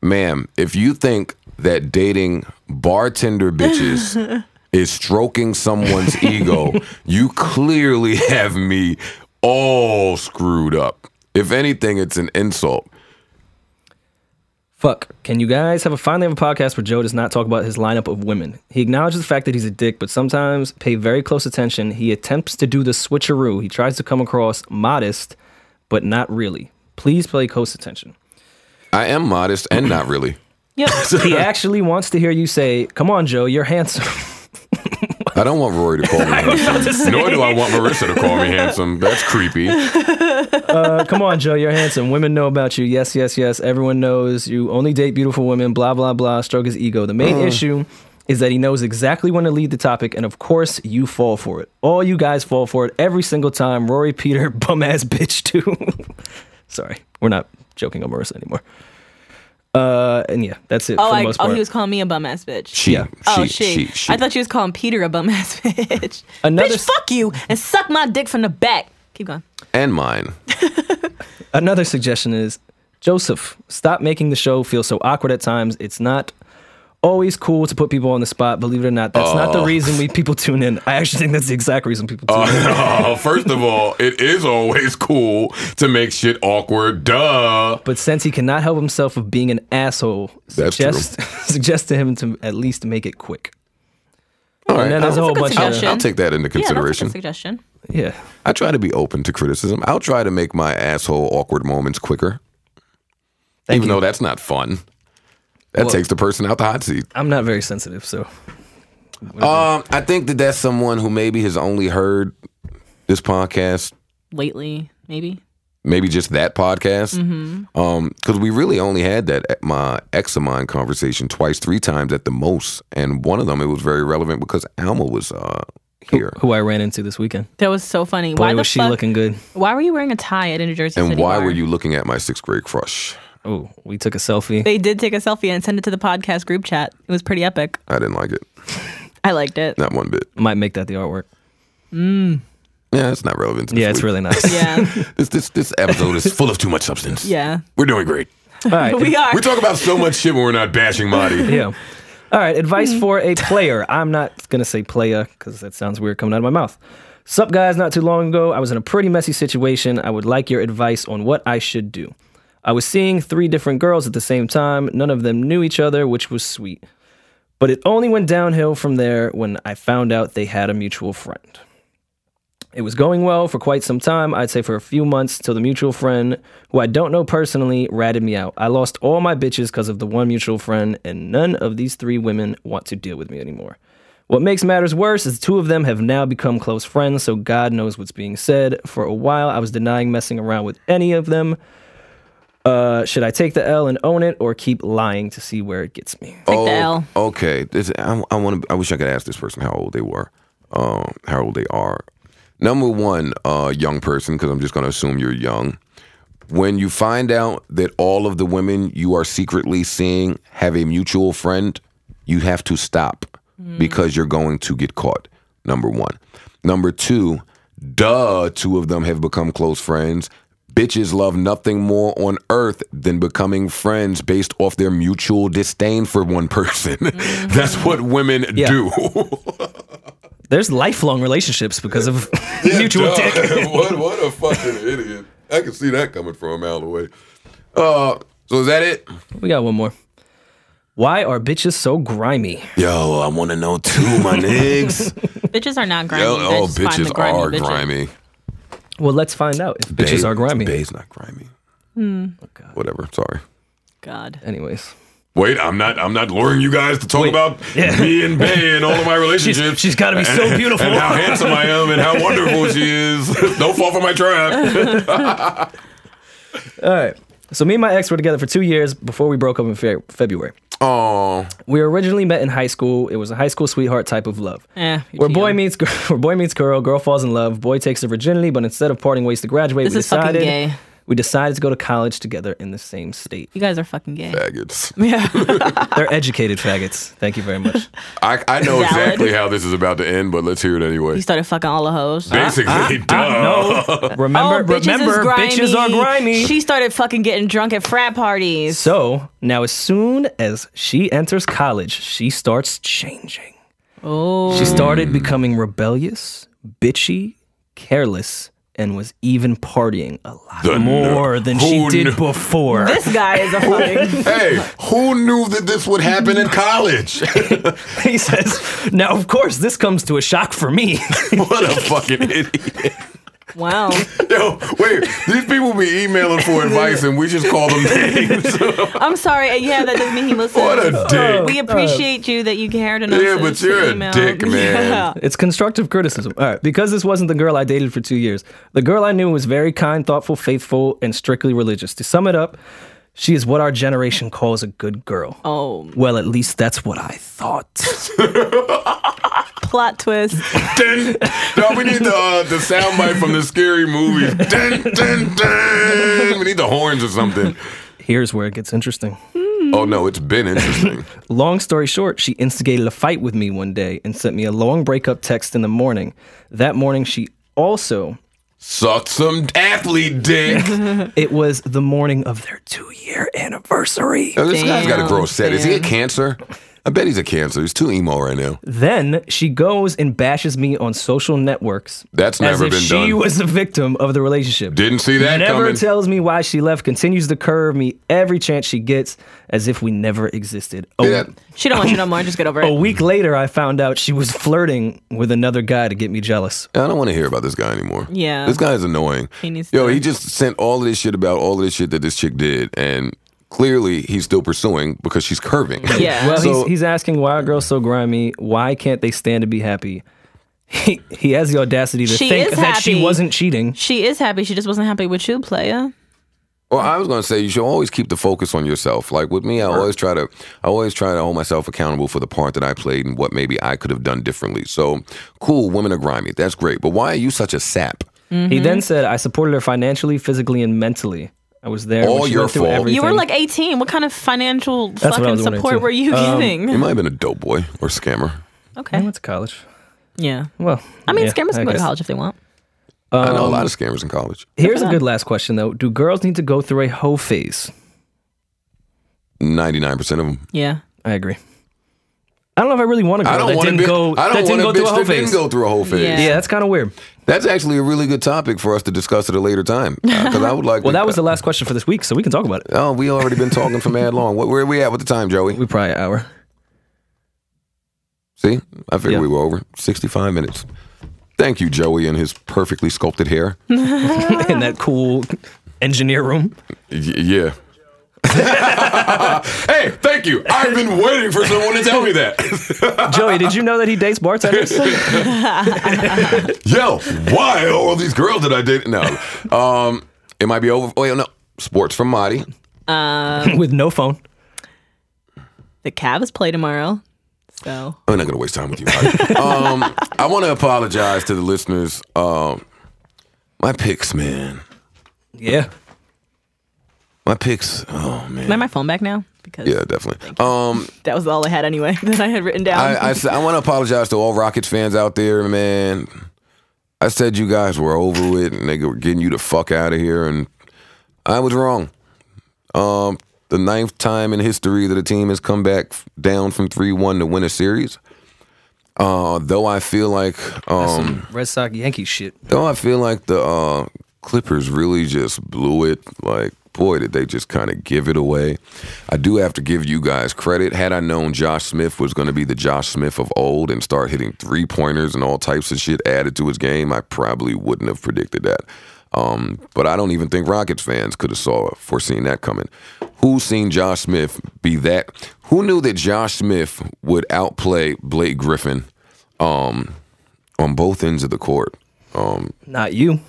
ma'am. If you think that dating bartender bitches is stroking someone's ego, you clearly have me all screwed up. If anything, it's an insult. Fuck. Can you guys have a finally have a podcast where Joe does not talk about his lineup of women? He acknowledges the fact that he's a dick, but sometimes pay very close attention. He attempts to do the switcheroo. He tries to come across modest, but not really. Please pay close attention. I am modest and not really. Yep. He actually wants to hear you say, "Come on, Joe, you're handsome." I don't want Rory to call me handsome. Nor do I want Marissa to call me handsome. That's creepy. Uh, come on, Joe, you're handsome. Women know about you. Yes, yes, yes. Everyone knows you only date beautiful women. Blah blah blah. Stroke his ego. The main issue is that he knows exactly when to lead the topic, and of course, you fall for it. All you guys fall for it every single time. Rory, Peter, bum ass bitch too. Sorry, we're not joking on Marissa anymore. Uh, and yeah, that's it Oh, for the I, most oh, part. he was calling me a bum ass bitch. She, Yeah. she, oh, she, she, I thought she was calling Peter a bum ass bitch. Another bitch, s- fuck you and suck my dick from the back. Keep going. and mine. Another suggestion is Joseph, stop making the show feel so awkward at times. It's not always cool to put people on the spot. Believe it or not, that's not the reason we people tune in. I actually think that's the exact reason people tune in. Oh. Oh, first of all, it is always cool to make shit awkward. Duh. But since he cannot help himself of being an asshole, That's true. suggest suggest to him to at least make it quick. All And then there's a I'll, whole good bunch I'll- of suggestion. I'll take that into Yeah, that's a consideration. good suggestion. yeah. I try to be open to criticism. I'll try to make my asshole awkward moments quicker. even though that's not fun. That Well- takes the person out the hot seat. I'm not very sensitive, so Um, I think that that's someone who maybe has only heard this podcast, Lately, maybe. maybe just that podcast. Mm-hmm. Um, because we really only had that e- my ex of mine conversation twice, three times at the most, and one of them it was very relevant because Alma was uh here. who I ran into this weekend. That was so funny. Boy, why the was she fuck? looking good. Why were you wearing a tie at a New Jersey And City why bar? were you looking at my sixth grade crush? Oh, we took a selfie. They did take a selfie and send it to the podcast group chat. It was pretty epic. I didn't like it, I liked it. not one bit. Might make that the artwork. Yeah, it's not relevant. To this Yeah, it's week. really nice. Yeah, this this this episode is full of too much substance. yeah. we're doing great. All right. We are. We talk about so much shit when we're not bashing Marty. yeah. All right, advice for a player. I'm not going to say player because that sounds weird coming out of my mouth. Sup, guys, not too long ago, I was in a pretty messy situation. I would like your advice on what I should do. I was seeing three different girls at the same time. None of them knew each other, which was sweet. But it only went downhill from there when I found out they had a mutual friend. It was going well for quite some time, I'd say for a few months, till the mutual friend, who I don't know personally, ratted me out. I lost all my bitches because of the one mutual friend, and none of these three women want to deal with me anymore. What makes matters worse is two of them have now become close friends, so God knows what's being said. For a while, I was denying messing around with any of them. Uh, should I take the L and own it, or keep lying to see where it gets me? Take oh. the L. Okay, this, I, I want to. I wish I could ask this person how old they were, um, how old they are. Number one, uh, young person, because I'm just going to assume you're young. When you find out that all of the women you are secretly seeing have a mutual friend, you have to stop Hmm. because you're going to get caught. Number one. Number two, duh, two of them have become close friends. Bitches love nothing more on earth than becoming friends based off their mutual disdain for one person. That's what women Mm-hmm. Yeah. do. There's lifelong relationships because of mutual Duh. dick. what, what a fucking idiot. I can see that coming from a mile away. Uh, so is that it? We got one more. Why are bitches so grimy? Yo, I want to know too, my niggs. Bitches are not grimy. Yo, They're oh, just fine with bitches grimy are bitches. grimy. Well, let's find out if bitches Bae- are grimy. Bae's not grimy. Whatever. Sorry. God. Anyways, Wait, I'm not. I'm not luring you guys to talk Wait. about Yeah. me and Bay and all of my relationships. she's, she's got to be so beautiful. and how handsome I am and how wonderful she is. Don't fall for my trap. All right. So me and my ex were together for two years before we broke up in Fe- February. Oh, We originally met in high school. It was a high school sweetheart type of love. Eh, you're where too boy young. meets girl, where boy meets girl, girl falls in love. Boy takes her virginity, but instead of parting ways to graduate, This we is fucking decided gay. we decided to go to college together in the same state. You guys are fucking gay. faggots. They're educated faggots. Thank you very much. I, I know Valid. exactly how this is about to end, but let's hear it anyway. You started fucking all the hoes. Basically, duh. No, Oh, remember, bitches is remember, grimy. bitches are grimy. She started fucking getting drunk at frat parties. So now, as soon as she enters college, she starts changing. oh, She Hmm. started becoming rebellious, bitchy, careless, and was even partying a lot The more ner- than she who kn- did before. this guy is a fucking. Hey, who knew that this would happen in college? he says, Now, of course, this comes to a shock for me. what a fucking idiot. wow. Yo, wait, these people be emailing for advice and we just call them names. I'm sorry. and Yeah, that doesn't mean he listens. Uh, what a dick. we appreciate you that you cared enough. Yeah, to- but to you're a email. dick, man. Yeah. It's constructive criticism. All right. Because this wasn't the girl I dated for two years, the girl I knew was very kind, thoughtful, faithful, and strictly religious. To sum it up, she is what our generation calls a good girl. Oh, Well, at least that's what I thought. plot twist. Dun. No, we need the uh, the sound bite from the scary movies. Dun, dun, dun. We need the horns or something. Here's where it gets interesting. Oh no, it's been interesting. Long story short, she instigated a fight with me one day and sent me a long breakup text in the morning. That morning, she also, Suck some athlete dick. it was the morning of their two year anniversary. Yo, this guy's got a Damn, gross set. Is he a Sam. cancer? I bet he's a cancer. He's too emo right now. Then she goes and bashes me on social networks. That's as never if been she done. was the victim of the relationship. Didn't see that Never coming. tells me why she left. Continues to curve me every chance she gets, as if we never existed. A, Yeah. She don't want you no more. Just get over a it. week later, I found out she was flirting with another guy to get me jealous. I don't want to hear about this guy anymore. Yeah. This guy is annoying. He needs Yo, to- he just sent all of this shit about all of this shit that this chick did, and clearly he's still pursuing because she's curving. Yeah. Well, So- he's, he's asking why are girls so grimy? Why can't they stand to be happy? He, he has the audacity to She think is that she happy. wasn't cheating. She is happy. She just wasn't happy with you, playa. Well, I was gonna say you should always keep the focus on yourself. Like with me, I always try to, I always try to hold myself accountable for the part that I played and what maybe I could have done differently. So, cool, women are grimy. That's great, but why are you such a sap? Mm-hmm. He then said, I supported her financially, physically, and mentally. I was there. All when she your went through fault. You Everything. You were like 18. What kind of financial That's what I fucking was wondering, support too. were Um, you giving? You might have been a dope boy or scammer. I okay. went to college. Yeah. Well, I mean, yeah, scammers can go to guess. college if they want. I Um, know a lot of scammers in college. Here's a them. good last question though. Do girls need to go through a hoe phase? Ninety nine percent of them. Yeah. I agree. I don't know if I really want to go. I don't that want to didn't be. go. I that don't didn't want go a through a bitch hoe that phase. didn't go through a whole phase. Yeah. yeah. that's kind of weird. That's actually a really good topic for us to discuss at a later time. Because I would like. Well, to- that was the last question for this week, so we can talk about it. Oh, we already been talking for mad long. What, where we at with the time, Joey? We probably an hour. See, I figured Yeah. we were over sixty-five minutes. Thank you, Joey, and his perfectly sculpted hair. Y- in that cool engineer room. yeah. hey, thank you. I've been waiting for someone to tell me that. Joey, did you know that he dates bartenders? Yo, why are all these girls that I did? No, um, it might be over. Oh, yeah, no. Sports from Marty. With no phone. The Cavs play tomorrow. So I'm not going to waste time with you. Marty. um, I want to apologize to the listeners. Um, my picks, man. Yeah. My picks. Oh can I have man. my phone back now? Because Yeah, definitely. Um, that was all I had anyway that I had written down. I, want to apologize to all Rockets fans out there, man. I said you guys were over with and they were getting you the fuck out of here, and I was wrong. Um, the ninth time in history that a team has come back f- down from 3 1 to win a series. Uh, though I feel like. Um, Red Sox Yankee shit. Though I feel like the uh, Clippers really just blew it. Like, boy, did they just kind of give it away. I do have to give you guys credit. Had I known Josh Smith was going to be the Josh Smith of old and start hitting three pointers and all types of shit added to his game, I probably wouldn't have predicted that. Um, but I don't even think Rockets fans could have saw foreseen that coming. Who seen Josh Smith be that? Who knew that Josh Smith would outplay Blake Griffin um, on both ends of the court? Um, Not you.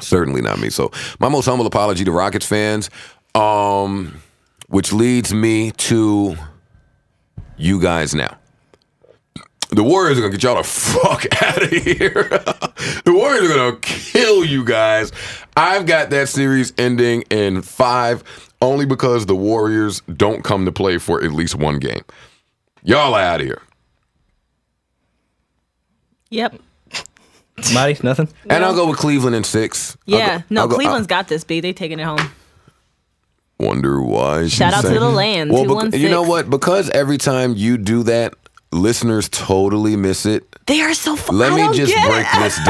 Certainly not me. So my most humble apology to Rockets fans, um, which leads me to you guys now. The Warriors are gonna get y'all the fuck out of here. the Warriors are gonna kill you guys. I've got that series ending in five, only because the Warriors don't come to play for at least one game. Y'all out of here. yep. Marty, nothing? And I'll go with Cleveland in six. I'll Yeah. go- no, I'll go- uh, Cleveland's got this, B. They taking it home. Wonder why. she Shout out to sang- the land, Well, bec- 216. you know what? Because every time you do that, listeners totally miss it. They are so fu- Let I me don't just get break it. Oh, this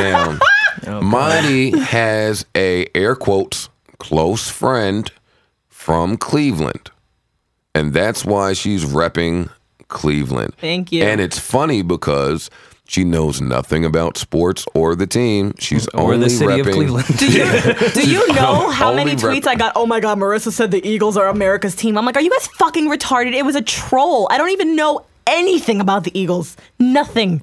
down. Monty has a air quotes close friend from Cleveland, and that's why she's repping Cleveland. Thank you. And it's funny because she knows nothing about sports or the team. She's Or only the city repping of Cleveland. Do you, do you know how Only many rep- tweets I got? Oh my God, Marissa said the Eagles are America's team. I'm like, are you guys fucking retarded? It was a troll. I don't even know anything about the Eagles. Nothing.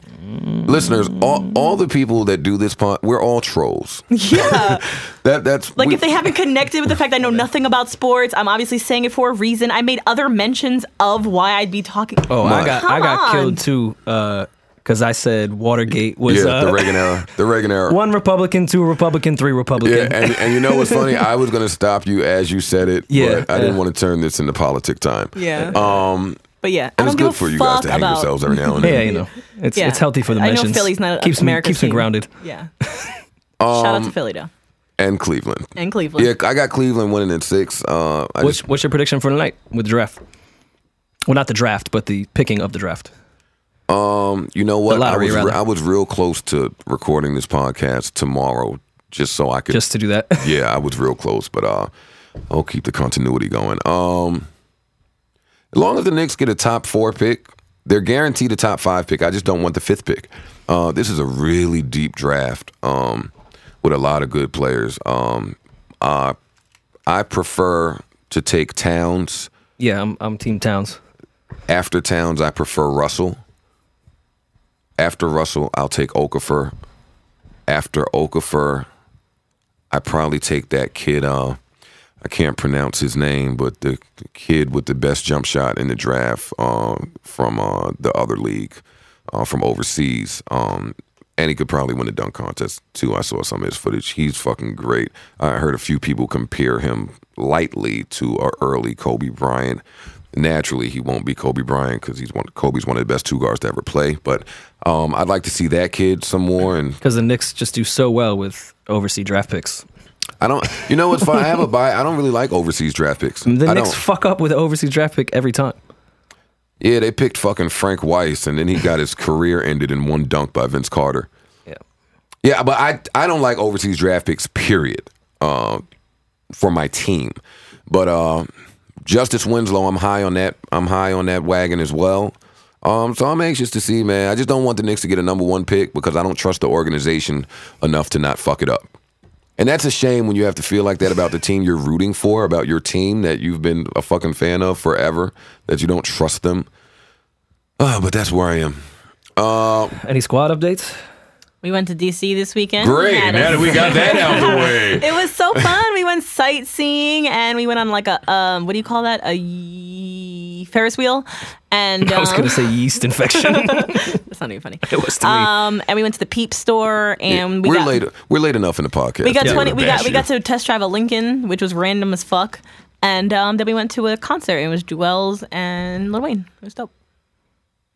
Listeners, all, all the people that do this pod, we're all trolls. Yeah. That that's Like we- if they haven't connected with the fact I know nothing about sports, I'm obviously saying it for a reason. I made other mentions of why I'd be talking. Oh, I Marty. got I Come got on. killed too, uh, because I said Watergate was yeah, uh, the Reagan era, the Reagan era. one Republican, two Republican, three yeah, Republican. and, and you know what's funny? I was gonna stop you as you said it, Yeah, but I didn't yeah. want to turn this into politic time. Yeah. Um, but yeah, I and don't it's give a good for you guys fuck to hang about. yourselves every now and Yeah, then. you know. It's Yeah. it's healthy for the I know mentions. Philly's not keeps me America's keeps me team. grounded. Yeah. Shout Um, out to Philly though And Cleveland. and Cleveland. Yeah, I got Cleveland winning in six. Uh, I What's just, what's your prediction for tonight with the draft? Well, not the draft, but the picking of the draft. Um, you know what? lottery, I was rather. I was real close to recording this podcast tomorrow, just so I could. Just to do that. yeah, I was real close, but uh, I'll keep the continuity going. Um, as long as the Knicks get a top four pick, they're guaranteed a top five pick. I just don't want the fifth pick. Uh, this is a really deep draft um, with a lot of good players. Um, uh, I prefer to take Towns yeah, I'm, I'm Team Towns. after Towns. I prefer Russell. After Russell, I'll take Okafor. After Okafor, I probably take that kid. Uh, I can't pronounce his name, but the, the kid with the best jump shot in the draft uh, from uh, the other league, uh, from overseas. Um, and he could probably win the dunk contest too. I saw some of his footage. He's fucking great. I heard a few people compare him lightly to a early Kobe Bryant. Naturally, he won't be Kobe Bryant because he's one. Kobe's one of the best two guards to ever play. But um, I'd like to see that kid some more. And Because the Knicks just do so well with overseas draft picks. I don't. You know what's funny? I have a buy. I don't really like overseas draft picks. The I Knicks don't. fuck up with overseas draft pick every time. Yeah, they picked fucking Frank Weiss, and then he got his career ended in one dunk by Vince Carter. Yeah. Yeah, but I I don't like overseas draft picks. Period. Uh, for my team, but uh, Justice Winslow, I'm high on that. I'm high on that wagon as well. Um, so I'm anxious to see, man. I just don't want the Knicks to get a number one pick because I don't trust the organization enough to not fuck it up. And that's a shame when you have to feel like that about the team you're rooting for, about your team that you've been a fucking fan of forever, that you don't trust them. Uh, but that's where I am. Any squad updates? We went to DC this weekend. Great. Had Now a- that we got that out the way. it was so fun. We went sightseeing and we went on like a um, what do you call that? A ye- Ferris wheel. And I was um, going to say yeast infection. it that's not even funny. was to me. Um, and we went to the Peep store and we we're got late. We're late enough in the podcast. we got We're twenty. gonna We bash got we you. got to test drive a Lincoln, which was random as fuck. And um, then we went to a concert. and It was Jewels and Lil Wayne. It was dope.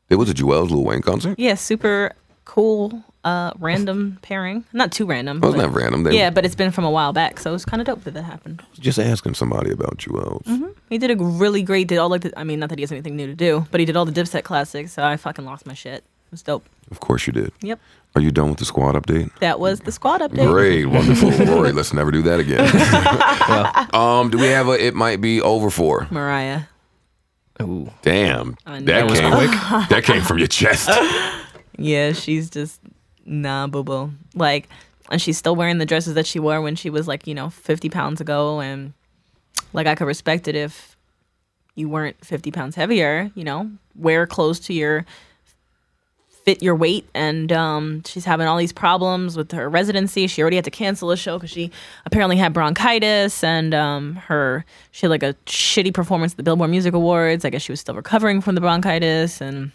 It was a Jewel's Lil Wayne concert. Yeah, super cool. Uh, random pairing. Not too random. Well, it's but- not random. They Yeah, but it's been from a while back, so it was kind of dope that that happened. just asking somebody about Jewel's. He did a really great. Did all like the, I mean, not that he has anything new to do, but he did all the Dipset classics. So I fucking lost my shit. It was dope. Of course you did. Yep, Are you done with the squad update? that was the squad update. Great, wonderful, Rory. Let's never do that again. um, do we have a? It might be over for. Mariah. Ooh. Damn, I that know. That was came that came from your chest. Yeah, she's just nah, boo boo. Like, and she's still wearing the dresses that she wore when she was like, you know, 50 pounds ago. And like, I could respect it if you weren't 50 pounds heavier, you know, wear clothes to your fit your weight. And um, she's having all these problems with her residency. She already had to cancel a show because she apparently had bronchitis and um, her, she had like a shitty performance at the Billboard Music Awards. I guess she was still recovering from the bronchitis and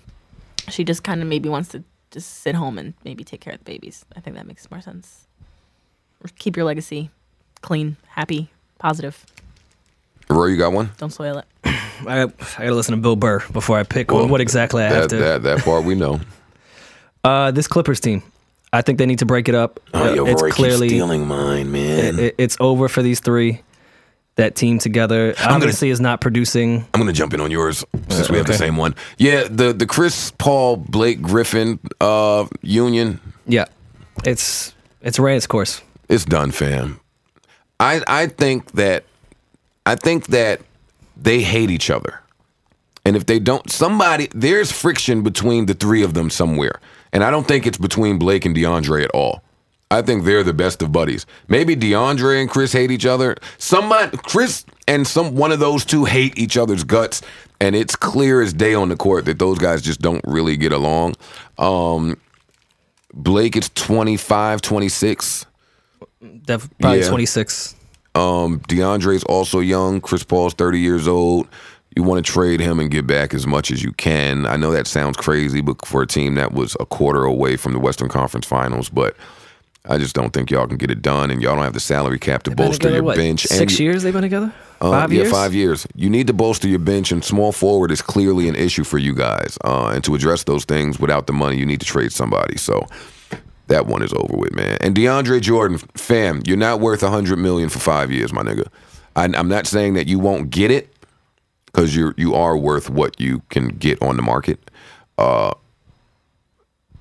she just kind of maybe wants to just sit home and maybe take care of the babies. I think that makes more sense. Keep your legacy clean, happy, positive. Rory, you got one? Don't soil it. I, I got to listen to Bill Burr before I pick on Well, what exactly I have That, to. that that part we know. Uh, this Clippers team, I think they need to break it up. Oh, Uh, it's clearly mine, it, man. it- it's over for these three. That team together obviously is not producing. I'm gonna jump in on yours since we have the okay. same one. Yeah, the the Chris Paul Blake Griffin uh union Yeah, it's it's ran its course. It's done, fam. I I think that I think that they hate each other. And if they don't somebody there's friction between the three of them somewhere. And I don't think it's between Blake and DeAndre at all. I think they're the best of buddies. Maybe DeAndre and Chris hate each other. Somebody Chris and some one of those two hate each other's guts and it's clear as day on the court that those guys just don't really get along. Um Blake is 25, 26. Def, probably Yeah. 26. Um, DeAndre's also young. Chris Paul's 30 years old. You want to trade him and get back as much as you can. I know that sounds crazy, but for a team that was a quarter away from the Western Conference Finals, but I just don't think y'all can get it done, and y'all don't have the salary cap to bolster your bench. and Six you- years they've been together. uh, five yeah, years. five years. You need to bolster your bench, and small forward is clearly an issue for you guys. Uh, and to address those things without the money, you need to trade somebody. So that one is over with, man. And DeAndre Jordan, fam, you're not worth a hundred million for five years, my nigga. I, I'm not saying that you won't get it, 'cause because you you are worth what you can get on the market. Uh,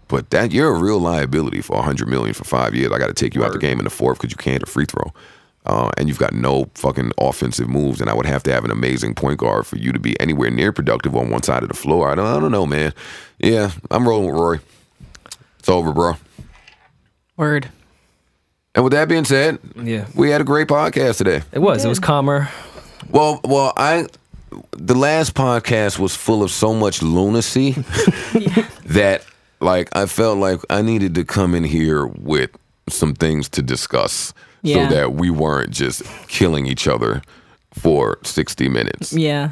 but that you're a real liability for 100 million for five years. I got to take you out the game in the fourth because you can't hit a free throw, uh, and you've got no fucking offensive moves. And I would have to have an amazing point guard for you to be anywhere near productive on one side of the floor. I don't, I don't know, man. Yeah, I'm rolling with Rory. It's over, bro. Word. And with that being said, Yeah. we had a great podcast today. It was. It was calmer. Well, well, I the last podcast was full of so much lunacy that like I felt like I needed to come in here with some things to discuss Yeah. so that we weren't just killing each other for 60 minutes. Yeah.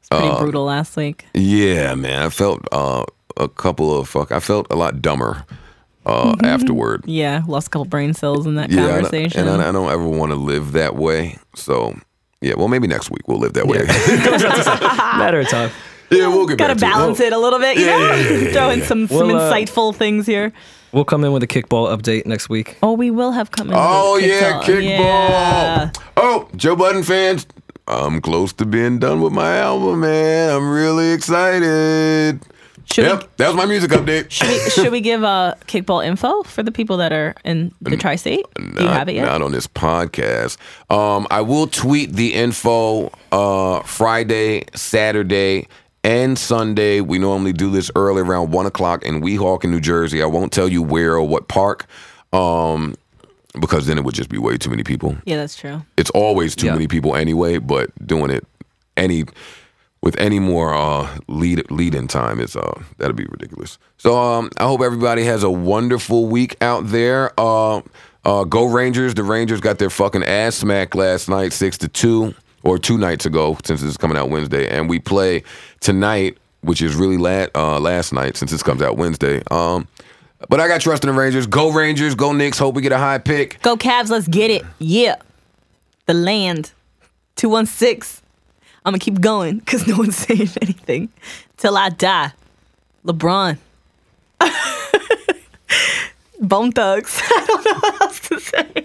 It's pretty Uh, brutal last week. Yeah, man. I felt uh a couple of fuck I felt a lot dumber uh Mm-hmm. afterward. Yeah, lost a couple brain cells in that Yeah, I don't- conversation. and I, I don't ever want to live that way. So, yeah, well, maybe next week we'll live that way. Matter of time. yeah, we'll get Gotta back to balance it. it a little bit, you Yeah, know? yeah, yeah, yeah, Throw in some, some Well, uh, insightful things here. We'll come in with a kickball update next week. Oh, we will have coming. Oh yeah, kickball. Oh, Joe Budden fans, I'm close to being done with my album, man. I'm really excited. Should, we, yep, that was my music update. should, we, should we give uh, kickball info for the people that are in the tri state? Do you not, have it yet? Not on this podcast. Um, I will tweet the info uh, Friday, Saturday, and Sunday. We normally do this early around one o'clock in Weehawken, New Jersey. I won't tell you where or what park, um, because then it would just be way too many people. Yeah, that's true. it's always too Yeah. many people anyway. But doing it any with any more uh, lead lead in time is uh, that'd be ridiculous. So um, I hope everybody has a wonderful week out there. Uh, uh, go Rangers! The Rangers got their fucking ass smacked last night, six to two or two nights ago, since this is coming out Wednesday, and we play tonight, which is really la- uh, last night, since this comes out Wednesday. Um, but I got trust in the Rangers. Go Rangers! Go Knicks! Hope we get a high pick. Go Cavs, let's get it. Yeah. The land. 216. I'm going to keep going because no one's saying anything till I die. LeBron. Bone thugs. I don't know what else to say.